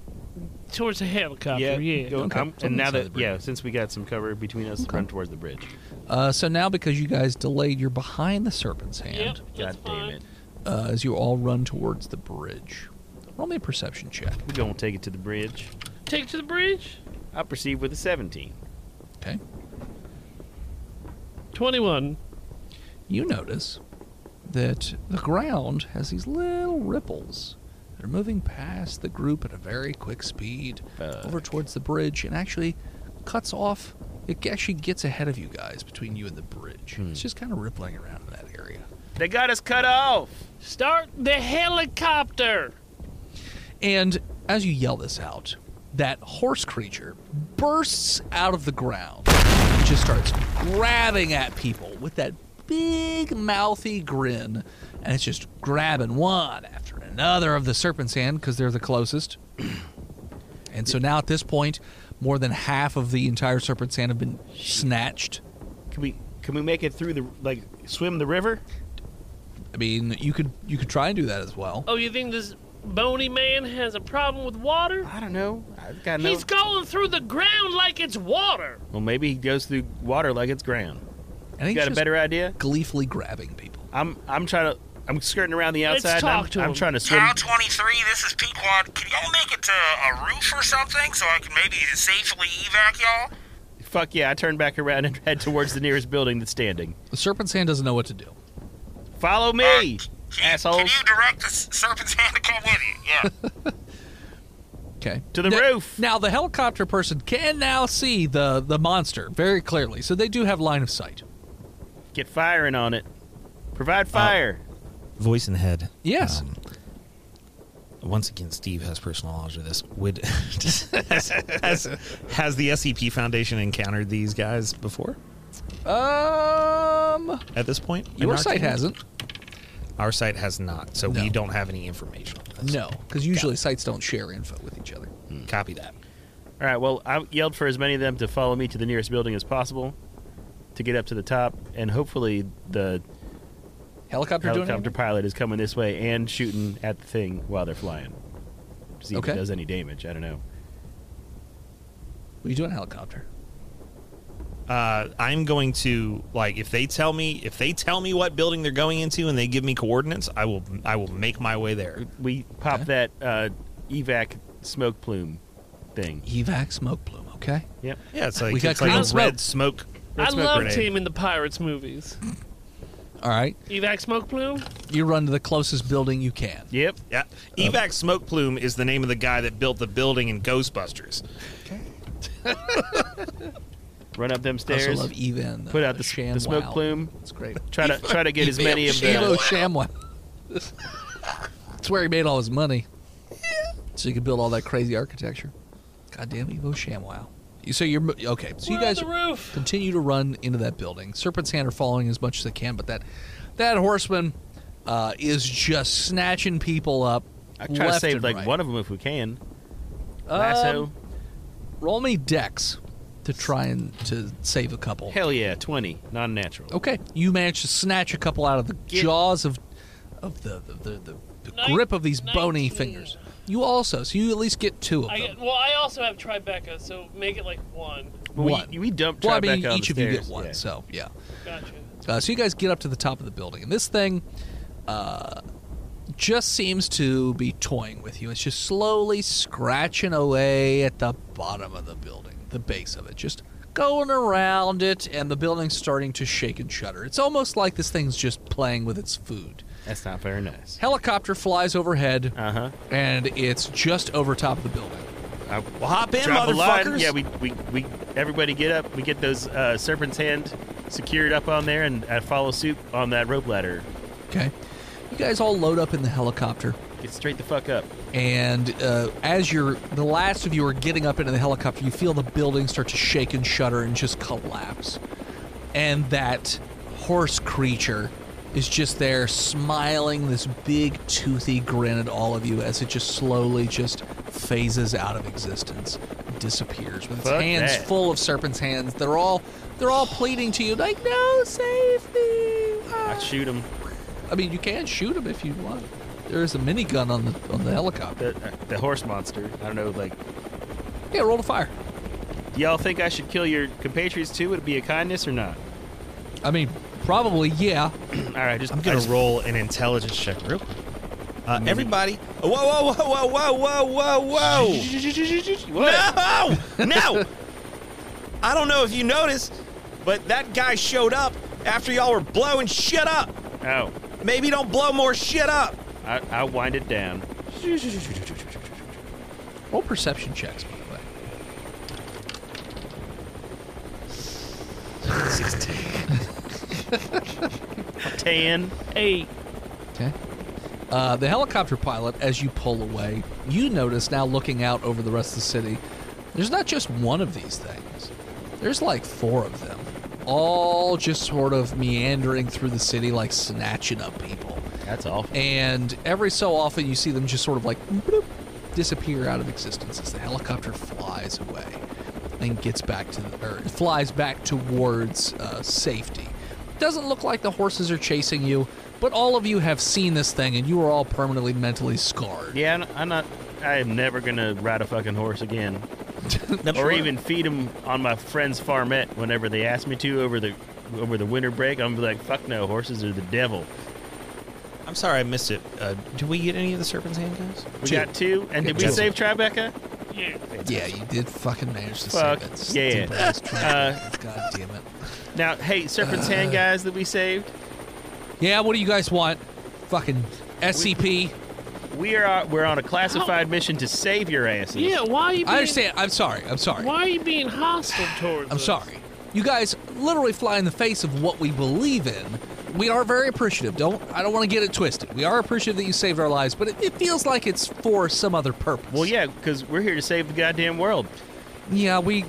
S5: towards the helicopter. Yeah,
S3: go-
S2: Okay.
S3: I'm-
S2: So
S3: and now
S2: inside the
S3: that
S2: bridge.
S3: yeah, since we got some cover between us, run towards the bridge.
S2: Uh, so now, because you guys delayed, you're behind the serpent's
S5: Yep,
S2: hand
S5: that's
S3: God damn
S5: fine.
S3: it.
S2: uh, as you all run towards the bridge. Roll me a perception check.
S3: We're gonna take it to the bridge.
S5: Take it to the bridge.
S3: I proceed with a 17.
S2: Okay.
S5: Twenty-one.
S2: You notice that the ground has these little ripples that are moving past the group at a very quick speed over towards the bridge and actually cuts off. It actually gets ahead of you guys between you and the bridge. It's just kind of rippling around in that area.
S3: They got us cut off.
S5: Start the helicopter.
S2: And as you yell this out, that horse creature bursts out of the ground and just starts grabbing at people with that big mouthy grin. And it's just grabbing one after another of the serpent's hand because they're the closest. and so now at this point, more than half of the entire serpent's hand have been snatched.
S3: Can we can we make it through the like swim the river?
S2: I mean, you could you could try and do that as well.
S5: Oh, you think this bony man has a problem with water?
S3: I don't know. I've got
S5: He's going through the ground like it's water.
S3: well, maybe he goes through water like it's ground.
S2: And
S3: You
S2: he's
S3: got a
S2: just
S3: better idea?
S2: gleefully grabbing people.
S3: I'm I'm trying to I'm skirting around the
S5: Let's
S3: outside. and
S5: talk
S3: I'm,
S5: to
S3: I'm
S5: him.
S3: trying to swim.
S9: Tile 23, this is Pequod. Can y'all make it to a roof or something so I can maybe safely evac y'all?
S3: Fuck yeah! I turn back around and head towards the nearest building that's standing.
S2: The serpent's hand doesn't know what to do.
S3: Follow me,
S9: Can, Can
S3: assholes,
S9: you direct the s- serpent's hand to come with you? Yeah.
S2: Okay.
S3: to the
S2: Now-
S3: roof.
S2: Now the helicopter person can now see the the monster very clearly, so they do have line of sight.
S3: Get firing on it. Provide fire.
S4: Voice in the head.
S2: Yes.
S4: Um, once again, Steve has personal knowledge of this. Would has, has the SCP Foundation encountered these guys before?
S2: Um,
S4: At this point, in
S2: your
S4: our
S2: site
S4: canon?
S2: hasn't.
S4: Our site has not, so
S2: No.
S4: we don't have any information on this.
S2: No, because usually sites don't share info with each other.
S4: Copy that.
S3: All right. Well, I yelled for as many of them to follow me to the nearest building as possible, to get up to the top, and hopefully the
S2: Helicopter,
S3: helicopter
S2: doing
S3: pilot is coming this way and shooting at the thing while they're flying. See if
S2: Okay.
S3: it does any damage. I don't know.
S2: anything? What are you doing, helicopter?
S4: Uh, I'm going to like if they tell me if they tell me what building they're going into and they give me coordinates, I will I will make my way there.
S3: We pop that uh, evac smoke plume thing.
S5: E-
S2: Evac smoke plume. Okay.
S3: Yep.
S4: Yeah, it's like
S2: We got
S4: it's like a
S2: clean
S4: red smoke.
S5: I
S4: red smoke
S5: loved
S4: grenade.
S5: him in the Pirates movies.
S2: All right.
S5: Evac Smoke Plume?
S2: You run to the closest building you can.
S3: Yep.
S4: Yeah,
S2: Oh.
S4: Evac Smoke Plume is the name of the guy that built the building in Ghostbusters.
S3: Run up them
S2: I also
S3: stairs.
S2: love Evan.
S3: put
S2: uh,
S3: out the, s-
S2: sham
S3: the smoke
S2: wow.
S3: plume.
S2: It's great.
S3: Try to try to get as many of
S2: Evo
S3: the.
S2: Shamwow. That's where he made all his money. So he could build all that crazy architecture. Goddamn Evo Shamwow. You- So you're mo- okay. So you
S5: We're on
S2: guys
S5: the roof.
S2: continue to run into that building. Serpent's hand are following as much as they can, but that that horseman uh, is just snatching people up.
S3: I try to
S2: left
S3: save
S2: and
S3: like
S2: right. Um,
S3: one of them if we can. Lasso.
S2: Roll me dex to try and to save a couple.
S3: Hell yeah, 20. Non natural.
S2: Okay, you manage to snatch a couple out of the jaws of of the the, the, the, the grip of these bony
S5: Nineteen.
S2: fingers. You also, so you at least get two of
S5: I
S2: them.
S5: get, well, I also have Tribeca, so make it like one.
S2: One.
S3: We, we dumped
S2: well, I
S3: Tribeca
S2: mean,
S3: on
S2: each
S3: the
S2: of you get
S3: stairs.
S2: one.
S3: Yeah.
S2: So yeah.
S5: Gotcha.
S2: Uh, so you guys get up to the top of the building, and this thing uh, just seems to be toying with you. It's just slowly scratching away at the bottom of the building, the base of it, just going around it, and the building's starting to shake and shudder. It's almost like this thing's just playing with its food.
S3: That's not very nice.
S2: Helicopter flies overhead,
S3: Uh huh.
S2: and it's just over top of the building.
S4: Well, hop in,
S3: Drop a line.
S4: motherfuckers.
S3: Yeah, we, we, we everybody get up. We get those uh, serpent's hand secured up on there and uh, follow suit on that rope ladder.
S2: Okay, you guys all load up in the helicopter.
S3: Get straight the fuck up.
S2: And uh, as you're the last of you are getting up into the helicopter, you feel the building start to shake and shudder and just collapse. And that horse creature is just there smiling this big toothy grin at all of you as it just slowly just phases out of existence, disappears with its
S3: Fuck
S2: hands
S3: that.
S2: full of serpent's hands. They're all they're all pleading to you like, "No, save me!" Ah.
S3: I shoot him.
S2: I mean, you can shoot him if you want. There is a minigun on the on the helicopter.
S3: The, uh, the horse monster. I don't know. Like,
S2: Yeah, roll to fire.
S3: do y'all think I should kill your compatriots too? Would it be a kindness or not?
S2: I mean, probably, yeah.
S3: All right, just
S4: I'm gonna
S3: I just-
S4: roll an intelligence check real quick. Uh, everybody, whoa, whoa, whoa, whoa, whoa, whoa, whoa, whoa! No, no! I don't know if you noticed, but that guy showed up after y'all were blowing shit up.
S3: Oh,
S4: Maybe don't blow more shit up.
S3: I, I wind it down.
S2: Roll perception checks, by the way.
S3: 10.
S5: Eight.
S2: Okay. Uh, the helicopter pilot, as you pull away, you notice now looking out over the rest of the city, there's not just one of these things. There's like four of them, all just sort of meandering through the city, like snatching up people.
S3: That's all.
S2: And every so often, you see them just sort of like bloop, disappear out of existence as the helicopter flies away and gets back to the or flies back towards uh, safety. Doesn't look like the horses are chasing you, but all of you have seen this thing, and you are all permanently mentally scarred.
S3: Yeah, I'm- I'm not. I am never gonna ride a fucking horse again, or even feed them on my friend's farmette whenever they ask me to over the over the winter break. I'm gonna be like, fuck no, horses are the devil.
S4: I'm sorry I missed it. Uh, do we get any of the serpent's hand guys?
S3: We
S2: Two.
S3: got two, and did we
S2: Yeah, two.
S3: save Tribeca?
S5: Yeah.
S2: Yeah, you did fucking manage to
S3: Fuck,
S2: save it.
S3: yeah.
S2: Stupid ass
S3: Uh,
S2: trap. God damn it.
S3: Now, hey, Serpent's Hand guys that we saved,
S2: Yeah, what do you guys want? Fucking SCP.
S3: we are we're on a classified mission to save your asses.
S5: Yeah. Why are you? Being,
S2: I understand. I'm sorry. I'm sorry.
S5: Why are you being hostile towards?
S2: I'm
S5: us?
S2: sorry. You guys literally fly in the face of what we believe in. We are very appreciative. Don't I don't want to get it twisted. We are appreciative that you saved our lives, but it, it feels like it's for some other purpose.
S3: Well, yeah, because we're here to save the goddamn world.
S2: yeah, we,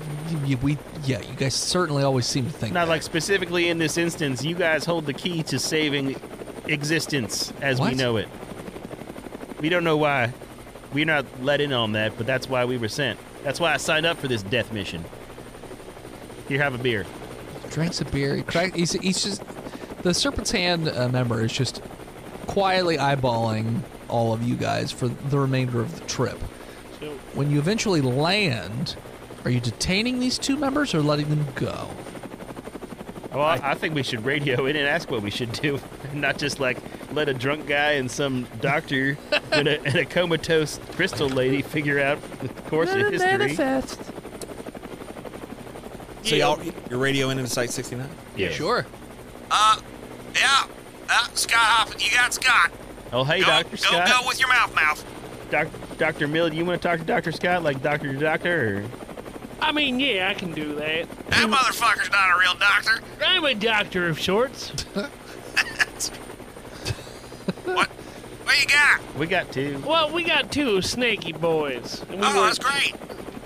S2: y- we, yeah. You guys certainly always seem to think
S3: Not
S2: that.
S3: like specifically in this instance, you guys hold the key to saving existence as
S2: What?
S3: we know it. We don't know why. We're not let in on that, but that's why we were sent. That's why I signed up for this death mission. Here, have a beer.
S2: drinks a beer. He crack, he's, he's just the Serpent's Hand uh, member is just quietly eyeballing all of you guys for the remainder of the trip.
S5: So-
S2: When you eventually land, are you detaining these two members or letting them go?
S3: Well, Oh, I, I think we should radio in and ask what we should do, not just like let a drunk guy and some doctor and, a, and a comatose crystal lady figure out the course of history.
S4: So y'all, you're radioing into Site 69?
S3: Yeah.
S2: Sure.
S13: Yeah. Uh, Scott Hoppin, you got Scott.
S3: Oh, hey,
S13: Go,
S3: Doctor
S13: go,
S3: Scott.
S13: go with your mouth, mouth.
S3: Doc, Dr. Mill, do you want to talk to Dr. Scott like Dr. to Doctor? Or?
S5: I mean, yeah, I can do that.
S13: That motherfucker's not a real doctor.
S5: I'm a doctor of sorts.
S13: What? What you got?
S3: We got two.
S5: Well, we got two snaky boys. And we
S13: Oh,
S5: were-
S13: that's great.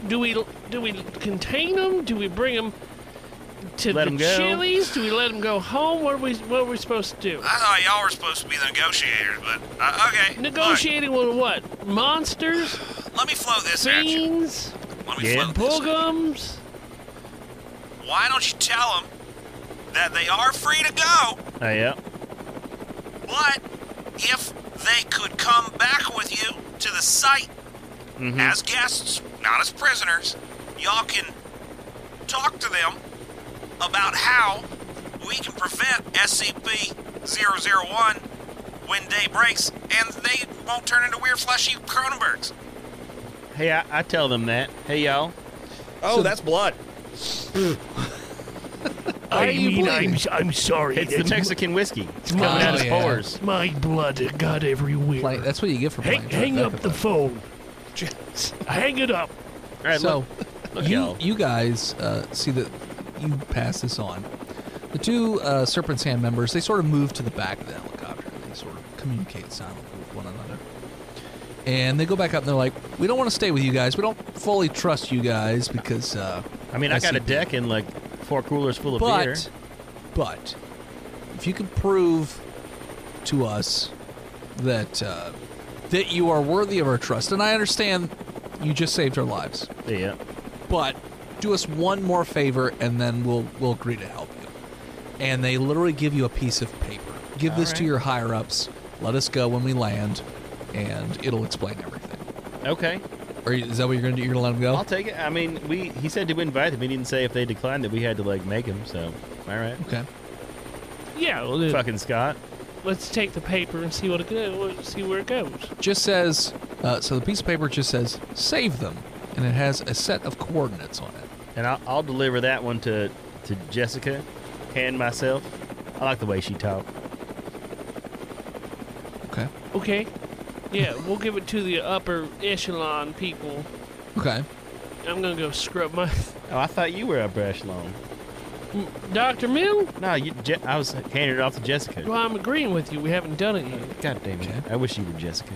S5: Do we do we contain them? Do we bring them to
S3: Let
S5: the
S3: 'em go.
S5: Chili's? Do we let them go home? What are we what are we supposed to do?
S13: I thought y'all were supposed to be the negotiators, but uh, okay.
S5: Negotiating with what? Monsters,
S13: Look, let me float this at you.
S5: fiends,
S14: When we
S3: Yeah.
S14: float this,
S5: Bullgums?
S4: Why don't you tell them that they are free to go,
S3: Oh, yeah.
S4: but if they could come back with you to the site as guests, not as prisoners, y'all can talk to them about how we can prevent SCP 001 when day breaks and they won't turn into weird fleshy Cronenbergs.
S3: Hey, I, I tell them that. Hey, y'all.
S4: Oh, that's blood.
S5: Are
S2: I
S5: you
S2: mean,
S5: bleeding?
S2: I'm-
S9: I'm sorry.
S3: It's the Mexican whiskey. It's
S5: my-
S3: coming out of
S2: Oh,
S3: his
S2: yeah.
S3: pores.
S9: My blood got everywhere.
S2: Play, that's what you get for
S9: Hang,
S2: playing.
S9: hang
S2: Trifecta.
S9: up the phone. hang it up.
S3: All right,
S2: so,
S3: look. Look,
S2: you
S3: y'all.
S2: you guys uh, see that you pass this on. The two uh, Serpent's Hand members they sort of move to the back of the helicopter. They sort of communicate silently with one another, and they go back up and they're like, "We don't want to stay with you guys. We don't fully trust you guys because." Uh,
S3: I mean, I got a
S2: SCP.
S3: deck and like four coolers full of
S2: but,
S3: beer.
S2: But if you can prove to us that uh, that you are worthy of our trust, and I understand you just saved our lives,
S3: Yeah.
S2: but do us one more favor, and then we'll we'll agree to help you. And they literally give you a piece of paper. Give this to your higher ups. Let us go when we land, and it'll explain everything.
S3: Okay.
S2: Or is that what you're going to do? You're going to let them go?
S3: I'll take it. I mean, we he said to invite them. He didn't say if they declined that we had to like make him. So, all right.
S2: okay.
S5: Yeah, well, then
S3: Fucking Scott.
S5: let's take the paper and see what it goes, see where it goes.
S2: just says uh, so the piece of paper just says save them and it has a set of coordinates on it
S3: And I'll, I'll deliver that one to to Jessica and myself. I like the way she talked.
S2: okay
S5: Okay. Yeah, we'll give it to the upper echelon people.
S2: okay
S5: I'm gonna go scrub my
S3: Oh, I thought you were a brush long.
S5: Doctor Mill.
S3: No, you, Je- I was handing it off to Jessica.
S5: Well, I'm agreeing with you. We haven't done it yet.
S3: God damn it. I wish you were Jessica.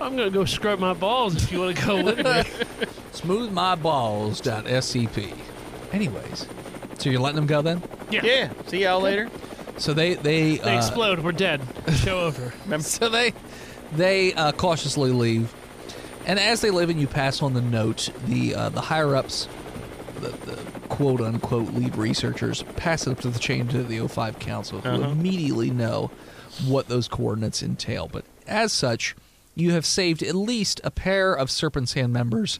S5: I'm gonna go scrub my balls if you want to go with me.
S2: smooth my balls scp anyways so you're letting them go then
S3: Yeah. See y'all later.
S2: so they they,
S5: They
S2: uh,
S5: explode. We're dead. Show over.
S2: so they they uh, cautiously leave and as they leave and you pass on the note the uh, the higher ups the, the quote unquote lead researchers pass it up to the chain to the 05 council who immediately know what those coordinates entail but as such you have saved at least a pair of serpent's hand members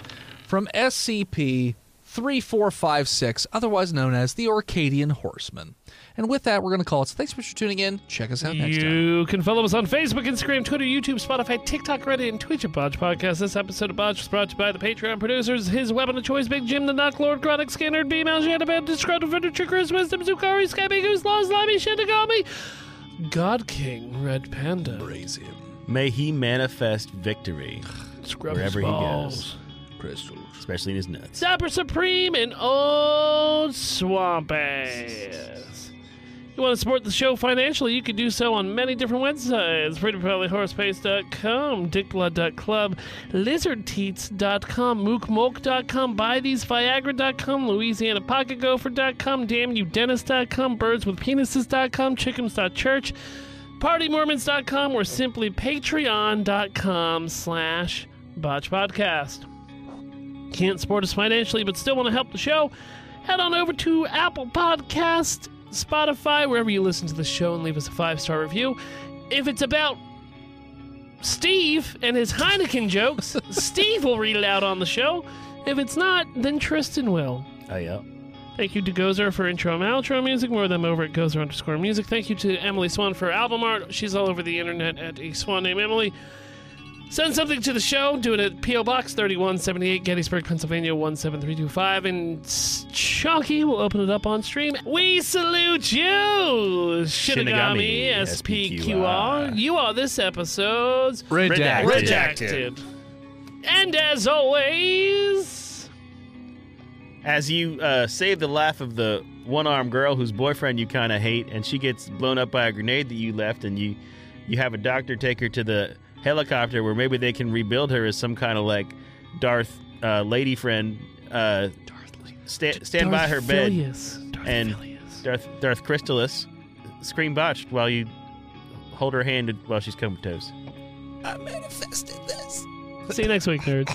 S2: from scp 3456 otherwise known as the orcadian horseman and with that we're going to call it so thanks for tuning in check us out next time
S5: You can follow us on Facebook, Instagram, Twitter, YouTube, Spotify, TikTok, Reddit, and Twitch at Bodge Podcast. This episode of Bodge was brought to you by the Patreon producers, his weapon of choice, Big Jim, the Knock Lord, Chronic Scanner, B Mal, Shadowband, Disgruntled Furniture, Chris Wisdom, Zukari, Scabby Goose, Law, Slimy, Shinigami, God King, Red Panda,
S2: praise him
S3: May he manifest victory,
S5: Scrub
S3: Wherever he
S5: his
S3: goes.
S5: balls,
S2: crystals
S3: especially in his nuts.
S5: Zapper Supreme, and Old Swamp Ass. You want to support the show financially, you can do so on many different websites. FreedomProbablyHorsepace.com, DickBlood.club, LizardTeats.com, MookMulk.com, BuyTheseViagra.com, LouisianaPocketGopher.com, DamnYouDentist.com, BirdsWithPenises.com, Chickens.Church, PartyMormons.com, or simply Patreon.com slash Botch Podcast can't support us financially but still want to help the show, head on over to Apple Podcast, Spotify, wherever you listen to the show, and leave us a five star review. If it's about Steve and his Heineken jokes, Steve will read it out on the show. If it's not, then Tristan will.
S3: Oh, yeah.
S5: Thank you to Gozer for intro and outro music. More of them over at Gozer underscore music. Thank you to Emily Swan for album art. She's all over the internet at a swan named Emily. Send something to the show. Do it at P.O. Box 3178, Gettysburg, Pennsylvania 17325. And S- Chalky will open it up on stream. We salute you, Shinigami,
S3: Shinigami,
S5: SPQR.
S3: SPQR.
S5: You are this episode's
S3: Redacted.
S5: Redacted. And as always,
S3: As you uh, save the life of the one-armed girl whose boyfriend you kind of hate, and she gets blown up by a grenade that you left, and you you have a doctor take her to the helicopter where maybe they can rebuild her as some kind of like Darth uh, lady friend. Uh, sta- stand by her bed
S5: Darth
S3: and Darth Darth Crystallis scream botched while you hold her hand while she's comatose.
S5: See you next week, nerds.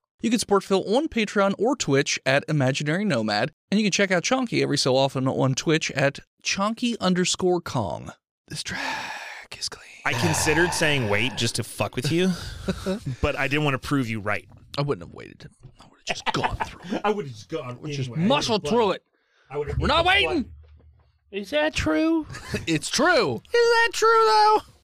S2: You can support Phil on Patreon or Twitch at Imaginary Nomad, and you can check out Chonky every so often on Twitch at Chonky underscore Kong. This track is clean.
S4: I considered saying wait just to fuck with you, but I didn't want to prove you right.
S2: I wouldn't have waited. I would have just gone through it.
S9: I would have just gone. Anyway.
S2: Just muscle through it.
S9: I would've-
S2: We're not waiting.
S5: Is that true?
S2: It's true.
S4: Is that true though?